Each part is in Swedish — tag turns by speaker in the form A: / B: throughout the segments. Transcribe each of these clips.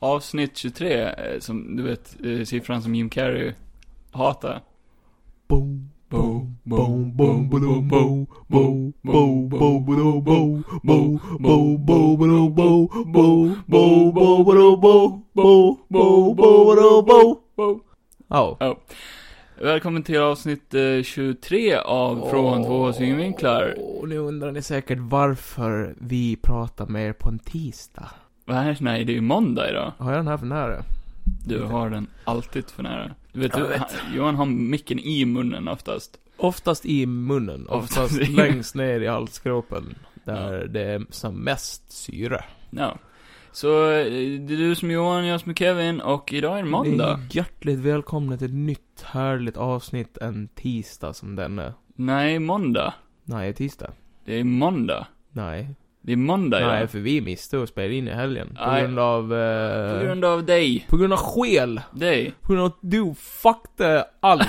A: avsnitt 23, eh, som du vet, eh, siffran som Jim Carrey hatar.
B: Boom,
A: Boom,
B: boom, boom, boom, boom, boom, boom, boom, boom, boom, boom, boom, boom, boom, boom, boom, boom, boom, boom, boom, boom, boom, boom, boom.
A: boom.
B: Ja.
A: Välkommen till avsnitt eh, 23 av Från två synvinklar.
B: Och nu undrar ni säkert varför vi pratar med er på en tisdag.
A: Nej, nej, det är ju måndag idag.
B: Har jag den här för nära?
A: Du har den alltid för nära. Du vet,
B: Jag
A: du,
B: vet.
A: Han, Johan har micken i munnen oftast.
B: Oftast i munnen,
A: Oftast
B: oftast
A: i-
B: längst ner i halsgropen. Där det är som mest syre.
A: Ja. Så eh, det är du som är Johan, jag som är Kevin och idag är det måndag.
B: Ni är hjärtligt välkomna till ett nytt härligt avsnitt en tisdag som denna.
A: Nej, måndag.
B: Nej, tisdag.
A: Det är måndag.
B: Nej.
A: Det är måndag idag.
B: Nej, för vi missade att spela in i helgen. På
A: Nej.
B: grund av...
A: På
B: Eh,
A: grund av dig.
B: på grund av skäl.
A: Dig.
B: På grund av att du fuckade allt.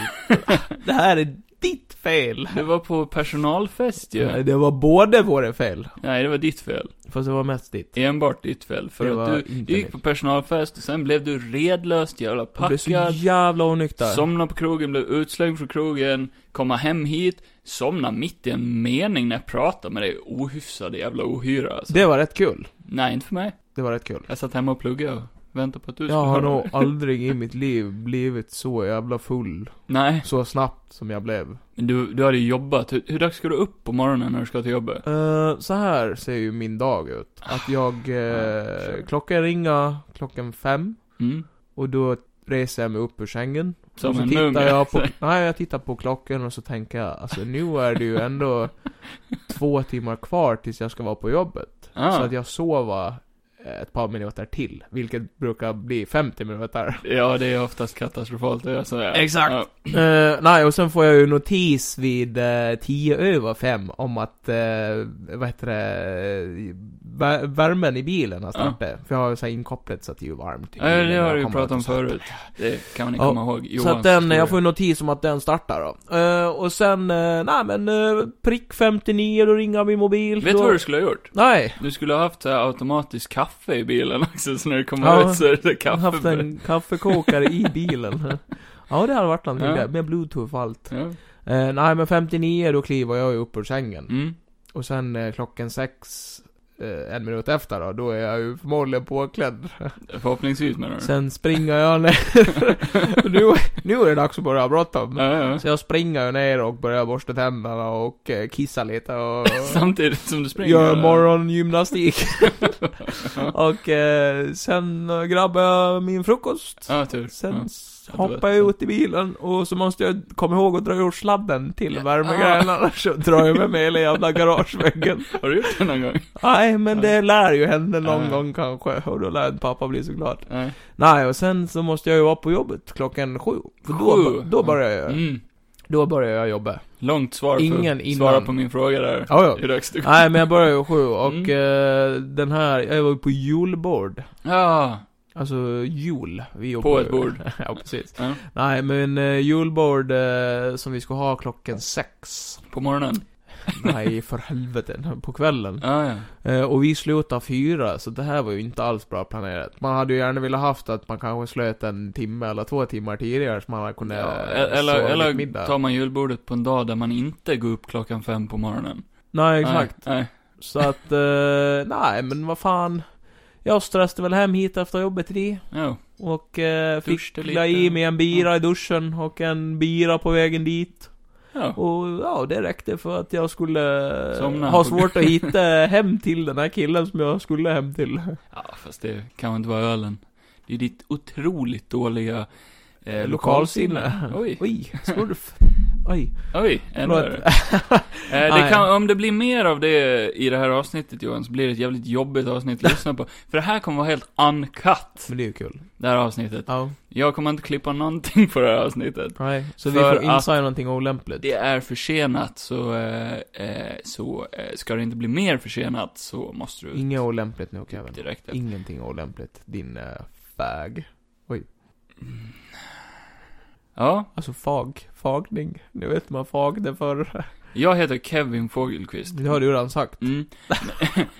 B: det här är ditt fel.
A: Du var på personalfest ju.
B: Nej, Det var både våra fel.
A: Nej, det var ditt fel.
B: Fast det var mest ditt.
A: Enbart ditt fel. För
B: Det
A: att
B: var
A: du,
B: inte
A: du gick
B: mitt.
A: på personalfest och sen blev du redlöst jävla
B: Jag blev så
A: packad.
B: jävla onykter.
A: Somna på krogen, blev utslängd från krogen, komma hem hit, somna mitt i en mening när jag pratar med dig, ohyfsade jävla ohyra alltså.
B: Det var rätt kul.
A: Nej, inte för mig.
B: Det var rätt kul.
A: Jag satt hemma och pluggade och väntade på att du
B: Jag har
A: höra
B: nog
A: det.
B: aldrig i mitt liv blivit så jävla full
A: Nej,
B: så snabbt som jag blev.
A: men du, du hade ju jobbat. Hur, hur dags ska du upp på morgonen när du ska till jobbet?
B: Eh, så här ser ju min dag ut. Att jag... eh,
A: Ja, sure.
B: klockan ringer klockan fem.
A: Mm.
B: Och då reser jag mig upp ur sängen.
A: Som
B: och så
A: en
B: tittar
A: mumie.
B: jag på, Nej, jag tittar på klockan och så tänker jag, alltså nu är det ju ändå två timmar kvar tills jag ska vara på jobbet. Så
A: Ah.
B: att jag sover eh, ett par minuter till. Vilket brukar bli 50 minuter.
A: Ja, det är oftast katastrofalt att göra sådär.
B: Exakt.
A: Ja.
B: Eh, nej, och sen får jag ju notis vid eh, tio över fem om att, eh, vad heter det, vä- värmen i bilen har startat. För jag har ju så här inkopplat så att det är ju varmt. i
A: Ja,
B: bilen när
A: det
B: jag
A: har du ju
B: kommer
A: pratat
B: ut
A: om
B: och så här.
A: förut. Det kan ni
B: Ja.
A: komma ihåg.
B: Så
A: Johans
B: att den,
A: historia.
B: jag får en notis om att den startar då. Eh, och sen, uh, nej men, eh, prick 59, då ringer min mobil.
A: Vet du
B: då...
A: vad du skulle ha gjort?
B: Nej!
A: Du skulle ha haft så här automatiskt kaffe i bilen också, så när du kommer
B: Ja.
A: ut så är det
B: Jag har
A: kaffe.
B: haft en kaffekokare i bilen. Ja, det hade varit någonting
A: Ja.
B: där, med bluetooth och allt.
A: Ja.
B: Eh, nej men 59, då kliver jag ju upp ur sängen.
A: Mm.
B: Och sen eh, klockan sex, eh, en minut efter då, då är jag ju förmodligen
A: Mm.
B: påklädd.
A: Förhoppningsvis menar du?
B: Sen springer jag ner. nu, nu är det dags att börja ha bråttom.
A: Ja, ja.
B: Så jag springer ju ner och börjar borsta tänderna och eh, kissa lite och
A: Samtidigt som du springer?
B: gör
A: eller?
B: morgongymnastik. och eh, sen eh, grabbar jag min frukost.
A: Ja, tur.
B: Sen
A: Ja.
B: s- hoppar jag ut i bilen och så måste jag komma ihåg att dra ur sladden till
A: Ja.
B: värmegrejen annars så drar jag med mig hela jävla garageväggen.
A: Har du gjort det någon gång?
B: Nej, men det lär ju hända någon
A: Ja.
B: gång kanske, och då lär pappa bli så glad.
A: Nej.
B: Nej, och sen så måste jag ju vara på jobbet klockan sju. För då,
A: Sju?
B: då börjar jag
A: Mm.
B: Då börjar jag jobba.
A: Långt svar för
B: Ingen
A: att
B: innan.
A: svara på min fråga där.
B: Ja, ja.
A: Hur dags det går.
B: Nej, men jag börjar ju sju, och
A: Mm.
B: eh, den här, jag var ju på julbord.
A: Ja.
B: Alltså jul. Vi jobbar
A: På ett
B: ju-
A: bord.
B: ja, precis.
A: Ja.
B: Nej, men eh, julbord eh, som vi ska ha klockan sex.
A: På morgonen?
B: Nej, för helvete. På kvällen.
A: Ja, ja.
B: Eh, och vi slutade fyra, så det här var ju inte alls bra planerat. Man hade ju gärna velat haft att man kanske slöt en timme eller två timmar tidigare så man hade kunnat
A: ja.
B: ja,
A: Eller,
B: sova
A: eller
B: lite middag.
A: tar man julbordet på en dag där man inte går upp klockan fem på morgonen?
B: Nej, exakt.
A: Nej. Nej.
B: Så att, eh, nej men vad fan. Jag stressade väl hem hit efter jobbet det.
A: Ja.
B: Och eh, fick
A: Duschade lite.
B: la i mig en bira i duschen och en bira på vägen dit.
A: ja.
B: Och ja, det räckte för att jag skulle eh,
A: Somna
B: ha
A: på-
B: svårt att hitta hem till den här killen som jag skulle hem till.
A: Ja, fast det kan inte vara ölen. Det är ditt otroligt dåliga eh,
B: Lokalsinne.
A: Oj.
B: Oj, smurf. Oj.
A: Oj, ännu
B: Förlåt.
A: värre. Eh, det
B: Nej.
A: kan, om det blir mer av det i det här avsnittet Johan, så blir det ett jävligt jobbigt avsnitt att lyssna på. För det här kommer vara helt uncut,
B: Men det är ju kul.
A: det här avsnittet.
B: Ja.
A: Jag kommer inte klippa någonting på det här avsnittet.
B: Nej. Så vi
A: För
B: får insa någonting olämpligt.
A: Det är försenat, så, eh, eh, så eh, ska det inte bli mer försenat så måste du
B: Inget olämpligt nu Kevin.
A: direkt efter.
B: Ingenting olämpligt. Din uh, fag.
A: Ja,
B: Alltså fag. Fagning. Nu vet man fagde förr.
A: Jag heter Kevin Fogelqvist.
B: Det har du redan sagt.
A: Mm.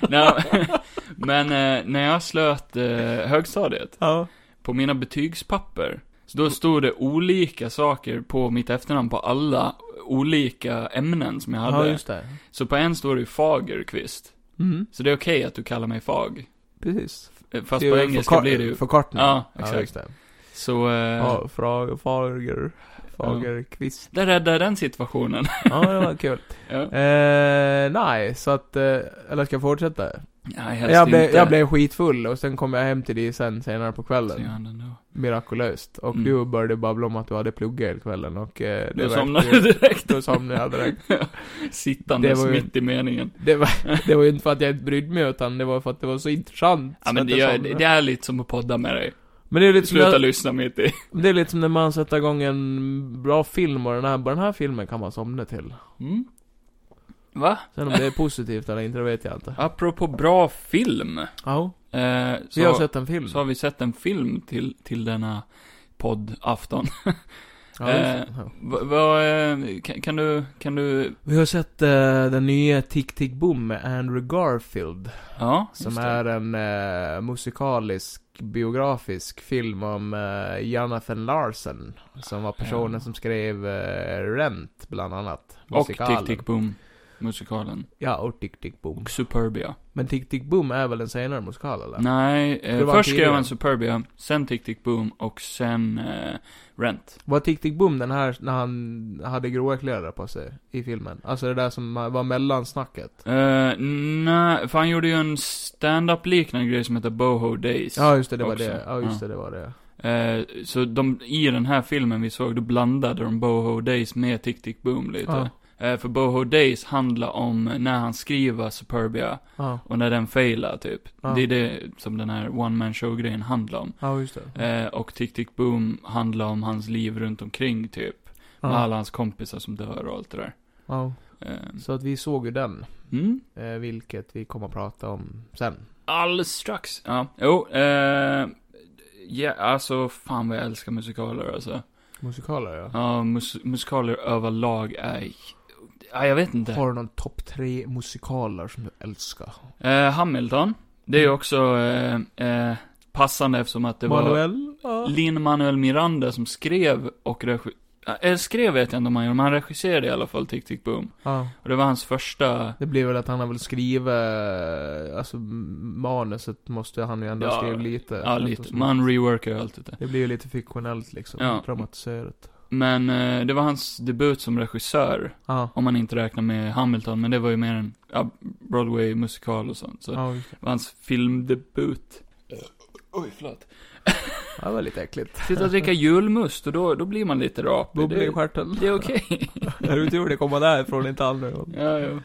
A: Nej, men eh, när jag slöt eh, högstadiet,
B: Ja.
A: på mina betygspapper, så då stod det olika saker på mitt efternamn på alla olika ämnen som jag
B: Ja,
A: hade.
B: just det.
A: Så på en står det ju Fagerqvist.
B: Mm,
A: Så det är okej att du kallar mig Fag.
B: precis.
A: Eh, Fast
B: Det är
A: på
B: ju
A: engelska
B: förkort-
A: blir det ju...
B: Förkortning.
A: Ja, exakt.
B: just det.
A: Så, eh,
B: Ja, fra- Fager, Fagerqvist.
A: där räddade den situationen.
B: Ja, det var kul.
A: ja.
B: Eh, nej, så att, eh, eller ska jag fortsätta?
A: Nej, helst
B: Jag blev,
A: inte.
B: jag blev skitfull och sen kom jag hem till dig sen senare på
A: Så gör
B: kvällen.
A: han det ändå.
B: Mirakulöst. Och
A: Mm.
B: du började babbla om att du hade pluggat hela kvällen och... Eh, det
A: Då
B: var-
A: somnade du direkt.
B: Då somnade jag direkt.
A: Sittandes
B: Det var ju-
A: mitt i meningen.
B: Det var, det var ju inte för att jag inte brydde mig utan det var för att det var så intressant.
A: Ja, men
B: att
A: det,
B: jag
A: gör,
B: somnade.
A: det är lite som att podda med dig.
B: men det är lite som
A: Sluta
B: när,
A: lyssna mitt i.
B: det är lite som när man sätter igång en bra film och den här, bara den här filmen kan man somna till.
A: Mm. Va?
B: Sen om det är positivt eller inte, det vet jag inte.
A: Apropå bra film.
B: Ja.
A: Eh,
B: Så jag har
A: så,
B: sett en film.
A: så har vi sett en film till, till denna poddafton.
B: ja, just det. Ja.
A: Va, va, eh, kan, kan du, kan du,
B: Vi har sett eh, den nya Tick Tick Boom med Andrew Garfield.
A: ja,
B: Som
A: just det.
B: är en eh, musikalisk, biografisk film om eh, Jonathan Larsen. Som var personen
A: Ja.
B: som skrev eh, Rent, bland annat.
A: Och Tick Tick Boom, Mm. musikalen.
B: Ja, och Tick Tick Boom.
A: Och Superbia.
B: Men Tick Tick Boom är väl en senare musikal eller?
A: Nej,
B: det
A: eh,
B: vara
A: först skrev
B: en
A: jag
B: tidigare?
A: en Superbia, sen Tick Tick Boom och sen eh, Rent.
B: Var Tick Tick Boom den här när han hade gråa kläder på sig i filmen? Alltså det där som var mellansnacket?
A: Eh, nej, för han gjorde ju en stand-up liknande grej som heter Boho Days.
B: Ja just det, det var
A: Också.
B: det. Ja just det, det var det.
A: Eh, så de, i den här filmen vi såg, då blandade de Boho Days med Tick Tick Boom lite.
B: Ja.
A: Eh, för Boho Days handlar om när han skriver Superbia
B: Ja,
A: och när den failar typ.
B: Ja.
A: Det är det som den här one man show grejen handlar om.
B: ja just det.
A: Eh, och Tick Tick Boom handlar om hans liv runt omkring typ. Med
B: Ja,
A: alla hans kompisar som dör och allt det där.
B: ja.
A: Eh,
B: Så att vi såg ju den.
A: mm.
B: eh, Vilket vi kommer att prata om sen.
A: Alldeles strax. Ja, jo. Eh, ja, alltså fan vad jag älskar musikaler alltså.
B: Musikaler ja.
A: Ja, mus- musikaler överlag är... Ja, jag vet inte.
B: Har du någon topp tre musikaler som du älskar?
A: Eh, Hamilton. Det är ju också eh, eh, passande eftersom att det var
B: Manuel? Ja.
A: Lin-Manuel Miranda som skrev och regisserade. Äh, skrev vet jag inte om han gjorde, men han regisserade i alla fall Tick Tick Boom.
B: ja.
A: Och det var hans första...
B: Det blir väl att han har väl skrivit, eh, alltså m- manuset måste han ju ändå
A: Ja,
B: ha skrivit lite.
A: Ja, lite. Man reworkar ju alltid det.
B: Det blir ju lite fiktionellt liksom,
A: Ja.
B: dramatiserat.
A: Men eh, det var hans debut som regissör.
B: Ja,
A: Om man inte räknar med Hamilton, men det var ju mer en ja, Broadway-musikal och sånt. Så
B: ja just det.
A: det var hans filmdebut. Eh, Oj, förlåt.
B: Ja, Det var lite äckligt.
A: Sitta och dricka julmust och då, då blir man lite rapig.
B: Bubbla i
A: Det,
B: stjärten.
A: det är okej.
B: Det är tur det kommer därifrån, inte andra.
A: ja, ja.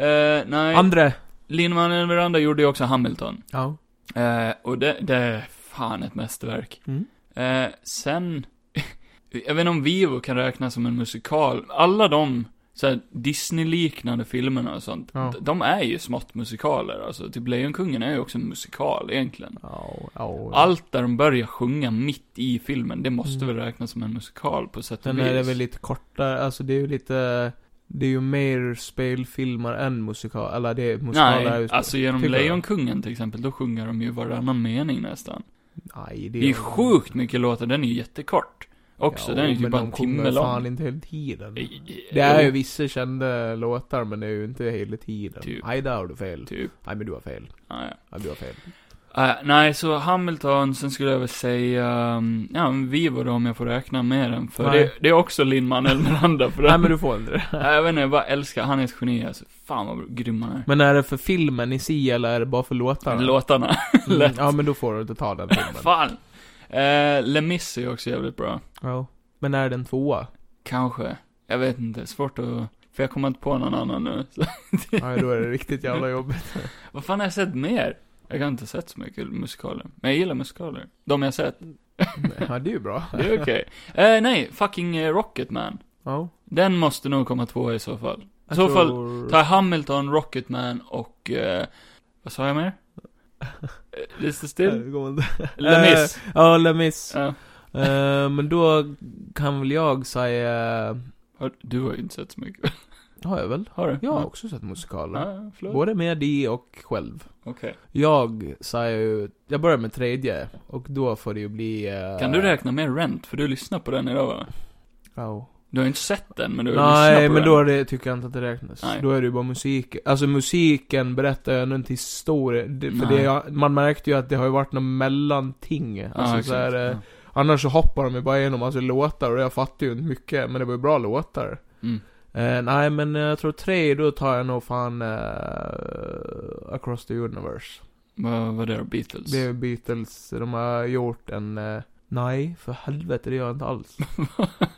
A: Eh, nej,
B: Andre!
A: Lin-Manuel Miranda gjorde ju också Hamilton.
B: Ja.
A: Eh, och det, det är fan ett mästerverk.
B: Mm.
A: Eh, sen, jag vet inte om Vivo kan räknas som en musikal. Alla de så här, Disney-liknande filmerna och sånt,
B: Ja.
A: d- de är ju smått musikaler. Alltså, typ Lejonkungen är ju också en musikal egentligen.
B: Ja, ja.
A: Allt där de börjar sjunga mitt i filmen, det måste
B: Mm.
A: väl räknas som en musikal på sätt och
B: Sen
A: vis.
B: är det väl lite kortare, alltså det är ju lite, det är ju mer spelfilmer än musikal, eller det är musikaler. är
A: Nej,
B: ju-
A: alltså genom
B: tycker jag.
A: Lejonkungen till exempel, då sjunger de ju varannan mening nästan.
B: Nej,
A: Det är sjukt mycket låtar, den är ju jättekort. Också,
B: Ja,
A: den är ju
B: men
A: typ bara en
B: de sjunger
A: timme lång. Eh,
B: fan inte hela tiden.
A: I- i-
B: Det är ju
A: jo,
B: vissa kända låtar men det är ju inte hela tiden.
A: Typ.
B: Nej, där har du fel.
A: Typ,
B: Nej, men du har fel.
A: ja, ja.
B: Nej, du har fel.
A: Eh, nej, så Hamilton, sen skulle jag väl säga, um, ja, men Vivo då om jag får räkna med den, för
B: Nej.
A: det, det är också Lin-Manuel Miranda för den.
B: Nej, men du får inte det.
A: Nej, jag vet inte, jag bara älskar, han är ett geni alltså. Fan vad grym han är.
B: Men är det för filmen i si eller är det bara för låtarna?
A: Låtarna.
B: Mm,
A: lätt.
B: Ja, men då får du inte ta den filmen.
A: Fan! Uh, Le Miss är ju också jävligt bra.
B: ja. Men är den tvåa?
A: Kanske. Jag vet inte, svårt att, för jag kommer inte på någon annan nu. Så,
B: Ja, då är det riktigt jävla jobbigt.
A: vad fan har jag sett mer? Jag har inte sett så mycket musikaler, men jag gillar musikaler. De jag har sett,
B: Ja, det är ju bra.
A: det är okej. Eh, nej, fucking eh, Rocketman.
B: Ja.
A: Den måste nog komma tvåa i så fall. I
B: Jag
A: så fall,
B: tror-
A: Ta Hamilton, Rocketman och... Eh, vad sa jag mer? Eh, Is det
B: Nej,
A: still?
B: det går inte.
A: Le
B: eh,
A: Miss.
B: Ja, Les Mis.
A: Ja.
B: Eh, Men då kan väl jag säga...
A: Har- Du har ju inte sett så mycket.
B: Har jag väl?
A: Har du?
B: Jag har också sett musikaler.
A: Mm. Ja, ja, förlåt.
B: Både med dig och själv.
A: Okej.
B: Jag sa ju, jag börjar med tredje, och då får det ju bli... eh,
A: Kan du räkna med Rent? För du lyssnar på den idag va?
B: Ja.
A: Du har ju inte sett den, men du har lyssnat
B: Nej,
A: på
B: men
A: den.
B: då är det, tycker jag inte att det räknas.
A: Nej.
B: Då är det ju bara musik. Alltså musiken berättar ju ändå inte historia. Det, för
A: Nej.
B: det, jag- man märkte ju att det har ju varit något mellanting. Alltså,
A: Ja,
B: så här, eh,
A: exakt.
B: Annars så hoppar de ju bara igenom alltså, låtar och jag fattar ju inte mycket, men det var ju bra låtar.
A: Ja. Mm.
B: Eh, nej, men eh, jag tror tre, då tar jag nog fan eh, Across the Universe.
A: Vad var det då? Beatles?
B: Det är Beatles, de har gjort en... eh, nej, för helvete, det gör jag inte alls.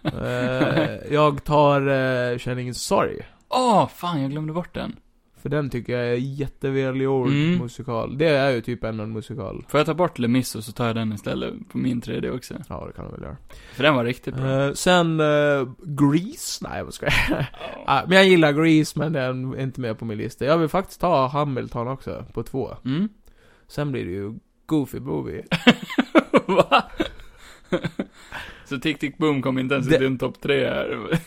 B: eh, jag tar eh, Känner ingen sorg.
A: Åh, fan jag glömde bort den.
B: För den tycker jag är jättevälgjord
A: Mm.
B: musikal. Det är ju typ ändå en musikal.
A: Får jag ta bort Lemiss och så tar jag den istället på min 3D också?
B: Ja, det kan man väl göra.
A: För den var riktigt bra.
B: Eh, sen eh, Grease? Nej, vad ska jag
A: Ja.
B: Ah, Men jag gillar Grease, men den är inte med på min lista. Jag vill faktiskt ta Hamilton också, på två.
A: Mm?
B: Sen blir det ju Goofy Movie.
A: Va? så Tick Tick Boom kom inte ens i
B: Det-
A: din topp tre här.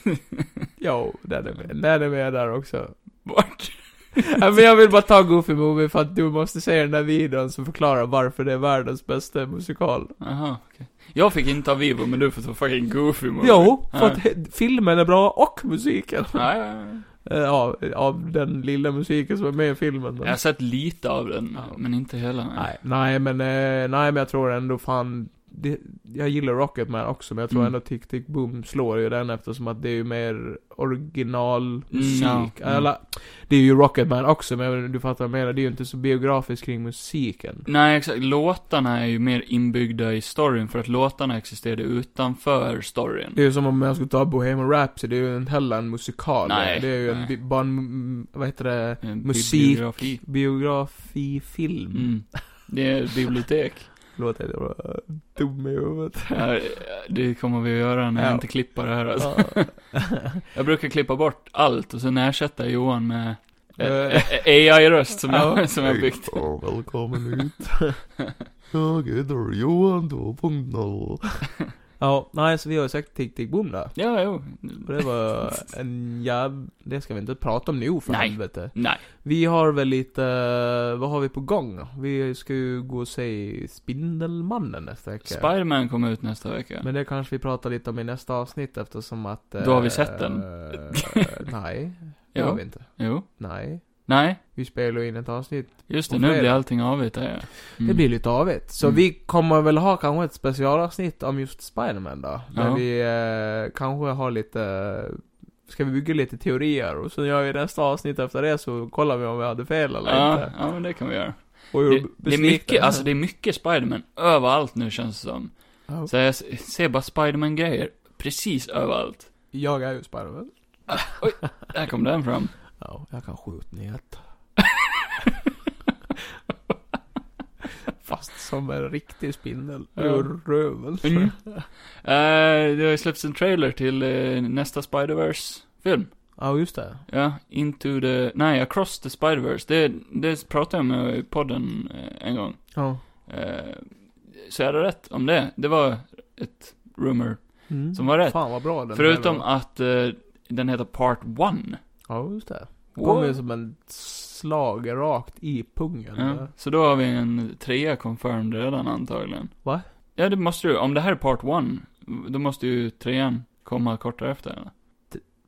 B: Jo, den är med, den är med där också.
A: Vart?
B: Ja, men jag vill bara ta Goofy Movie för att du måste se den där videon som förklarar varför det är världens bästa musikal.
A: Aha, okej. Jag fick inte ta Vivo, men du får ta fucking Goofy Movie.
B: Jo, för att he- filmen är bra och musiken.
A: Ja, ja, ja.
B: Eh, Ja, av den lilla musiken som är med i filmen.
A: Jag har sett lite av den,
B: Ja.
A: men inte hela.
B: Nej, nej men, eh, nej men jag tror ändå fan, det, jag gillar Rocketman också men jag tror
A: Mm.
B: ändå Tick Tick Boom slår ju den eftersom att det är ju mer originalmusik.
A: Mm, ja, mm.
B: Alla, det är ju Rocketman också men du fattar vad jag menar, det är ju inte så biografiskt kring musiken.
A: Nej, exakt. Låtarna är ju mer inbyggda i storyn, för att låtarna existerade utanför storyn.
B: Det är ju som om jag skulle ta Bohemian Rhapsody, det är ju inte heller en musikal.
A: Nej,
B: det är ju en,
A: nej.
B: bi- bara en, mm, vad heter det,
A: Eh,
B: musik.
A: Bibliografi.
B: biografifilm.
A: Mm. Det är ett bibliotek.
B: Låter jag bara dum i huvudet.
A: Ja, det kommer vi att göra när jag
B: Ja.
A: inte klipper det här alltså.
B: Ja.
A: Jag brukar klippa bort allt och sen ersätta Johan med eh,
B: Eh.
A: eh, AI-röst som,
B: Ja.
A: jag, som jag byggt.
C: Och välkommen ut. Jag heter Johan 2.0.
B: Ja, nej så vi har ju sagt Tick Tick Boom då.
A: Ja, jo.
B: Och det var en jäv... Det ska vi inte prata om nu för
A: Nej.
B: helvete.
A: Nej.
B: Vi har väl lite... eh, Vad har vi på gång? Vi ska ju gå och se Spindelmannen nästa vecka.
A: Spiderman kommer ut nästa vecka.
B: Men det kanske vi pratar lite om i nästa avsnitt eftersom att... eh,
A: Då har vi sett den.
B: eh, nej, det har
A: Jo.
B: vi inte.
A: jo.
B: Nej.
A: Nej.
B: Vi spelar ju in ett avsnitt.
A: Just det,
B: Och
A: nu
B: fredag.
A: blir allting avigt där ja. Mm.
B: Det blir lite avigt. Så
A: Mm.
B: vi kommer väl ha kanske ett specialavsnitt om just Spiderman då. Där
A: Ja.
B: vi eh, kanske har lite, ska vi bygga lite teorier och sen gör vi nästa avsnitt efter det så kollar vi om vi hade fel eller
A: ja,
B: inte.
A: ja, men det kan vi göra.
B: Och hur
A: Det, det är
B: besviken-
A: mycket, alltså det är mycket Spiderman överallt nu känns det som.
B: Ja.
A: Så jag s- ser bara Spiderman-grejer precis överallt.
B: Jag är ju Spiderman.
A: Där kom den fram.
B: Ja, jag kan skjutnät. Fast som en riktig spindel
A: Ja.
B: ur röven.
A: Mm. Eh, det har ju släppts en trailer till eh, nästa Spider-Verse-film.
B: Ja, just det.
A: Ja, Into the... Nej, Across the Spider-Verse. Det, det pratade jag med i podden eh, en gång.
B: Ja.
A: Eh, så jag hade rätt om det. Det var ett rumor
B: Mm.
A: som var rätt.
B: Fan vad bra den
A: Förutom
B: här
A: att eh, den heter Part 1.
B: var. Ja, just det. Kommer ju som en slag rakt i pungen.
A: Ja, så då har vi en trea confirmed redan antagligen.
B: Va?
A: Ja, det måste ju. Om det här är Part 1, då måste ju trean komma kort därefter. eller?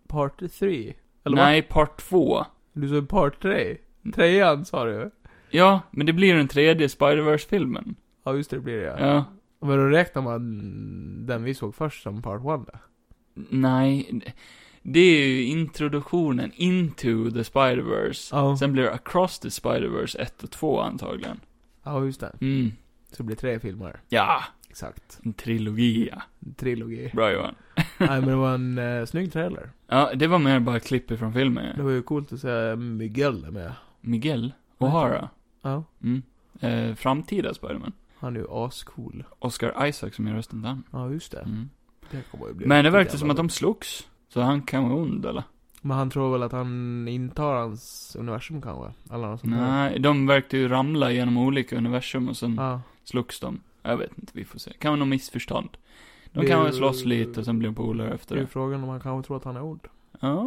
B: Part 3? Eller
A: Nej, Mm. Part 2.
B: vad? Du sa part 3? Trean sa du
A: Ja, men det blir den tredje Spider-Verse-filmen.
B: Ja, just det, det blir det
A: Ja.
B: ja. Men då räknar man den vi såg först som part 1
A: Nej. Det är ju introduktionen into the Spider-Verse.
B: Ja.
A: Sen blir det across the Spider-Verse 1 och 2 antagligen.
B: Ja, just det.
A: Mm.
B: Så det blir tre filmer.
A: Ja,
B: Exakt.
A: en trilogi ja.
B: Trilogi.
A: Bra Johan.
B: Nej, men det var en eh, snygg trailer.
A: Ja, det var mer bara klipp från
B: Det
A: filmen.
B: var ju coolt att se Miguel med.
A: Miguel O'Hara.
B: Ja.
A: Mm. Eh, framtida Spiderman.
B: Han är ju ascool.
A: Oscar Isaac som gör rösten där.
B: Ja, just det.
A: Mm.
B: Det kommer ju bli
A: Men det
B: riktigt
A: verkar som
B: jävla
A: att de
B: bra.
A: slogs. Så han kan vara ond eller?
B: Men han tror väl att han intar hans universum kanske? Eller något sånt där.
A: Nej, de verkar ju ramla genom olika universum och sen
B: Ja.
A: slogs de. Jag vet inte, vi får se. Kan vara något missförstånd. De
B: Det är
A: kan
B: ju-
A: väl slåss lite och sen blir de polare efter
B: Det är ju
A: det.
B: frågan om han kanske tror att han är ond.
A: Ah.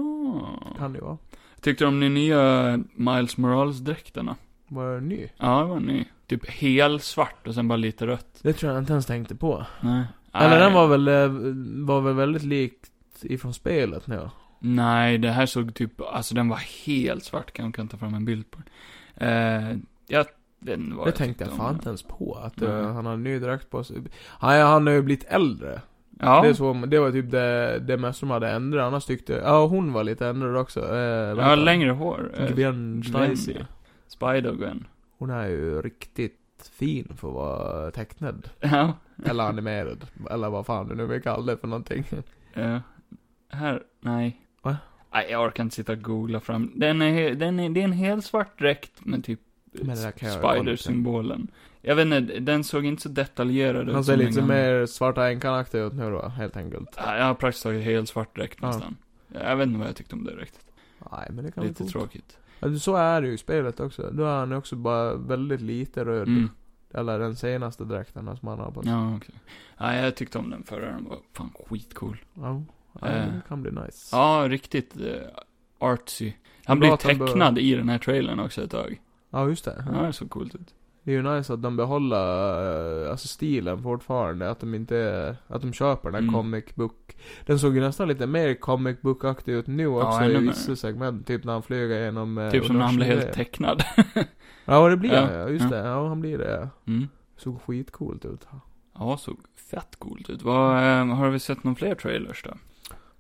B: Kan det ju vara.
A: Tyckte du om de nya Miles Morales-dräkterna?
B: Var det ny?
A: Ja, det var ny. Typ hel svart och sen bara lite rött.
B: Det tror jag inte ens tänkte på.
A: Nej.
B: Eller
A: Nej.
B: den var väl, eh, var väl väldigt likt ifrån spelet nu.
A: Nej, det här såg typ, alltså den var helt svart, kan kan ta fram en bild på den. Eh, jag vet inte vad
B: Det tänkte jag
A: tyckte om
B: fan
A: den.
B: inte ens på, att eh,
A: Nej.
B: han har en ny dräkt på sig. Han, han har ju blivit äldre.
A: Ja.
B: Det, är så, det var typ det, det mest som hade ändrat, annars tyckte Ja, hon var lite ändrad också. Eh, vad
A: Ja,
B: heter
A: längre hår.
B: hon?
A: Eh,
B: Gwen
A: Gwen,
B: Stacy.
A: ja. Spider-Gwen.
B: Hon är ju riktigt fin för att vara tecknad.
A: Ja.
B: Eller animerad. eller vad fan du nu vill kalla det för någonting.
A: Eh, här, nej.
B: Va?
A: Nej, jag orkar inte sitta och googla fram. Den är, he- den är, det är en helt svart dräkt med typ eh,
B: Med det där kan jag
A: Spider-symbolen. Jag vet inte, den såg inte så detaljerad ut
B: Han ser
A: som
B: lite
A: den gamla.
B: mer Svarta Änkan-aktig ut nu då, helt enkelt.
A: Ja, Jag har praktiskt taget helt svart dräkt
B: Ja.
A: nästan. Jag vet inte vad jag tyckte om det riktigt.
B: Nej, men det kan
A: Lite
B: vara coolt.
A: tråkigt.
B: Ja, Så är det ju i spelet också. Då är han också bara väldigt lite röd.
A: Mm.
B: Eller den senaste dräkten som han har på sig.
A: Ja, okej. Nej, jag tyckte om den förra, den var fan skitcool.
B: Ja. Ja,
A: Eh.
B: det kan bli nice.
A: Ja, riktigt eh, artsy. Han
B: Bra
A: blev
B: att han bör-
A: tecknad i den här trailern också ett tag.
B: Ja, just det.
A: Ja, det såg coolt ut.
B: Det är ju nice att de behåller, eh, alltså stilen fortfarande. Att de inte, att de köper den här
A: Mm.
B: comic book. Den såg ju nästan lite mer comic book-aktig ut nu också
A: ännu mer.
B: i vissa segment. Typ när han flyger genom eh,
A: Typ som när han blev helt
B: universum.
A: tecknad.
B: Ja, det blir
A: Ja,
B: han ja. Just
A: ja.
B: det. Ja, han blir det.
A: Mm.
B: Såg skitcoolt ut.
A: Ja, såg fett coolt ut. Vad, eh, har vi sett några fler trailers då?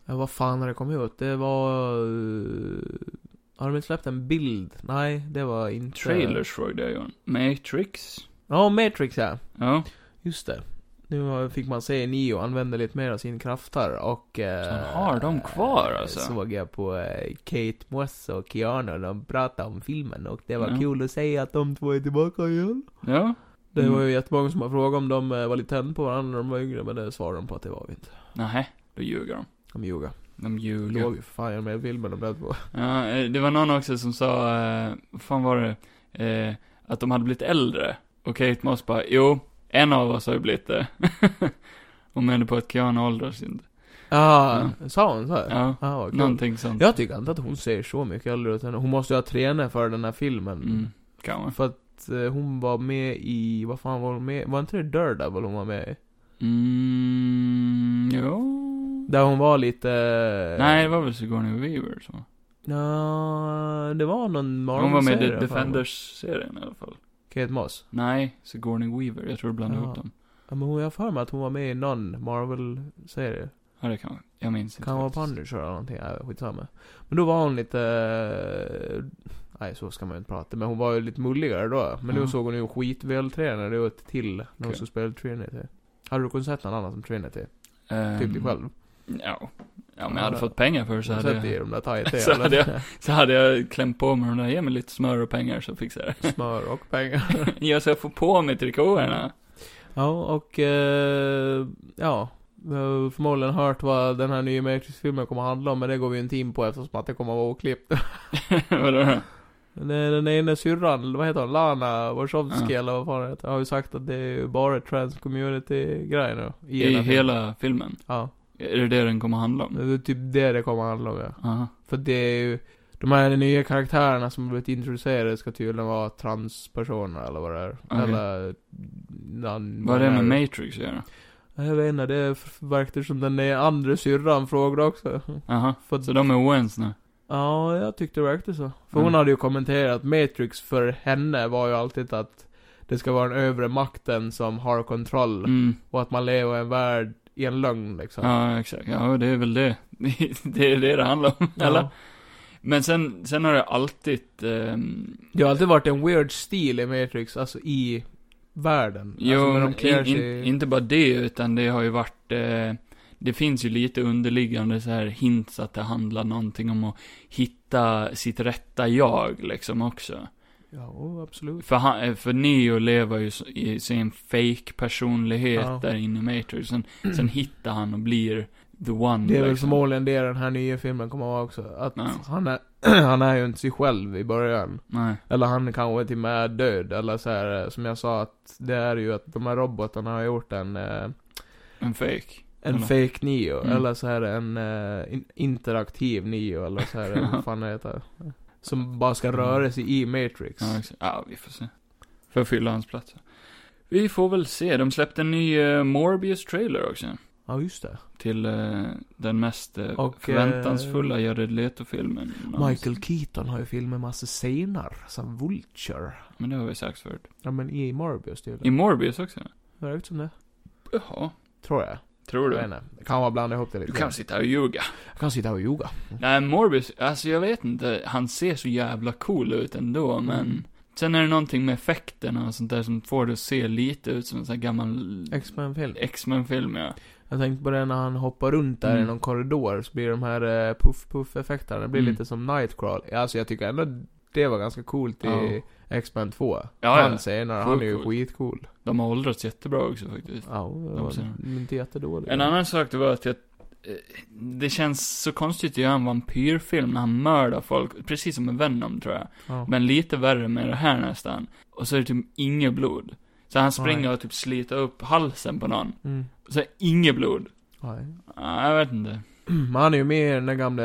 B: Ja, vad fan har det kommit ut? Det var... eh, Har de inte släppt en bild? Nej, det var inte...
A: Trailers frågade jag Johan. Matrix?
B: Ja, Matrix ja.
A: Ja,
B: Just det. Nu har- fick man se Neo använda lite mer av sina krafter och...
A: Så
B: Eh,
A: han har dem kvar, alltså?
B: Såg jag på eh, Kate Moss och Keanu, de pratade om filmen och det var
A: Ja.
B: kul att se att de två är tillbaka igen.
A: ja.
B: Det
A: Mm.
B: var ju jättemånga som har frågat om de eh, var lite tända på varandra när de var yngre, men det svarade de på att det var vi inte.
A: Nej, då ljuger de.
B: De ljuger.
A: De
B: De
A: ljuger.
B: låg ju för fan i med filmen de blev på.
A: Ja, eh, det var någon också som sa, eh, vad fan var det, eh, att de hade blivit äldre. Och Kate Moss bara, jo, en av oss har ju blivit det. Hon menade på att Keanu åldras inte.
B: Ja, Ah, sa hon så? här?
A: Ja,
B: Ja, vad kul.
A: någonting sånt.
B: Ah, Jag tycker inte att hon ser så mycket äldre ut än Hon måste ju ha tränat för den här filmen.
A: Mm, kanske.
B: För att eh, hon var med i, vad fan var hon med Var inte det Daredevil hon var med i?
A: Mm, jo.
B: Där hon var lite... eh,
A: Nej, det var väl Sigourney Weaver som
B: Nå, det var någon marvel
A: Hon var med i Defenders-serien i alla fall.
B: Kate Moss.
A: Nej, Sigourney Weaver. Jag tror du blandade
B: Ja.
A: ihop dem.
B: Ja, men hon, jag har för mig att hon var med i någon Marvel-serie.
A: Ja, det kan vara. Jag minns inte
B: Kan vara
A: faktiskt.
B: Punisher eller någonting, ja, skitsamma. Men då var hon lite... eh, Nej, så ska man ju inte prata. Men hon var ju lite mulligare då. Men
A: Ja.
B: nu såg hon ju skitvältränad ut till när hon
A: Okej.
B: skulle spela Trinity. Hade du kunnat sett någon annan som Trinity? Typ dig
A: Ehm,
B: själv?
A: Ja. Ja, om
B: Ja,
A: jag hade
B: det-
A: fått pengar för det så
B: Så
A: hade
B: sett i
A: jag,
B: de där tajta
A: Så hade
B: eller?
A: så hade jag klämt på mig de där, ge mig lite smör och pengar så fixar jag det.
B: Smör och pengar.
A: ja, så jag får på mig trikåerna.
B: Ja, och eh, ja. Vi har förmodligen hört vad den här nya Matrix-filmen kommer handla om, men det går vi ju inte in på eftersom att det kommer att vara oklippt.
A: Vadå då?
B: Den, den ene syrran, vad heter hon? Lana Warszawski
A: Ja.
B: eller vad fan det heter, har ju sagt att det är ju bara trans-community-grej nu.
A: I
B: den här filmen.
A: hela filmen? Mm.
B: Ja.
A: Är det det den kommer handla om?
B: Det är typ det det kommer att handla om, ja.
A: Aha.
B: För det är ju, de här nya karaktärerna som har blivit introducerade ska tydligen vara transpersoner eller vad det är.
A: Okej.
B: Eller... Någon,
A: Vad har det med Matrix att göra?
B: Jag vet inte, det verkar som den där andra syrran frågade också.
A: Aha.
B: För att,
A: Så de är oense nu?
B: Ja, jag tyckte det verkade så. För hon
A: Mm.
B: hade ju kommenterat, Matrix för henne var ju alltid att det ska vara den övre makten som har kontroll.
A: Mm.
B: Och att man lever i en värld i en lögn liksom.
A: Ja, exakt. Ja, det är väl det. det är det det handlar om,
B: Ja.
A: eller? Men sen, sen har det alltid, ehm,
B: Det har alltid varit en weird stil i Matrix, alltså i världen.
A: jo,
B: alltså, när
A: men in,
B: sig-
A: in, inte bara det, utan det har ju varit, eh, det finns ju lite underliggande så här hints att det handlar någonting om att hitta sitt rätta jag, liksom också.
B: Ja, oh, absolut.
A: För, han, eh, för Neo lever ju så- i sin fake personlighet
B: Ja.
A: där inne i Matrix, sen, sen hittar han och blir the one,
B: Det är väl
A: liksom.
B: förmodligen det den här nya filmen kommer att vara också. Att
A: Ja.
B: han, är, han är ju inte sig själv i början.
A: Nej.
B: Eller han kanske till och med är död, eller så här, eh, som jag sa att det är ju att de här robotarna har gjort en, eh,
A: En fake.
B: En
A: Eller?
B: fake Neo,
A: Mm.
B: eller så här en eh, in- interaktiv Neo, eller så här vad fan det heter. Som bara ska röra sig i Matrix.
A: Mm. Ja, exakt. ja, vi får se. För att fylla hans plats. Vi får väl se. De släppte en ny eh, Morbius-trailer också.
B: Ja, just det.
A: Till eh, den mest eh,
B: Och,
A: förväntansfulla Jared Leto-filmen. någonsin.
B: Michael Keaton har ju filmat massa scener, som Vulture.
A: Men det har vi sagt förut.
B: Ja men i Morbius
A: I
B: tydligen.
A: Morbius också?
B: Hör det ut som det?
A: Jaha,
B: Tror jag.
A: tror
B: Jag
A: du?
B: vet inte. Det Kan man blanda ihop det lite.
A: Du kan sitta och ljuga.
B: Jag kan sitta här och ljuga.
A: Nej, Morbius, alltså jag vet inte. Han ser så jävla cool ut
B: Mm.
A: ändå, men... Sen är det någonting med effekterna och sånt där som får det att se lite ut som en sån här gammal...
B: X-Men-film.
A: X-Men-film, ja.
B: Jag tänkte på det när han hoppar runt där
A: Mm.
B: i någon korridor, så blir de här eh, puff-puff-effekterna, det blir
A: Mm.
B: lite som Nightcrawl. Alltså jag tycker ändå det var ganska coolt i
A: Ja.
B: X-Men 2.
A: Ja, ja.
B: han senare,
A: Sjukt
B: han är ju
A: coolt.
B: skitcool.
A: De har åldrats jättebra också faktiskt.
B: Ja, det var
A: senare.
B: inte jättedålig.
A: En annan sak det var att jag, eh, det känns så konstigt att göra en vampyrfilm när han mördar folk, precis som med Venom tror jag.
B: Ja.
A: Men lite värre med det här nästan. Och så är det typ inget blod. Så han springer
B: Nej.
A: och typ sliter upp halsen på någon.
B: Mm.
A: Så är det inget blod.
B: Nej.
A: Ah, jag vet inte.
B: Men han är ju med i den där gamla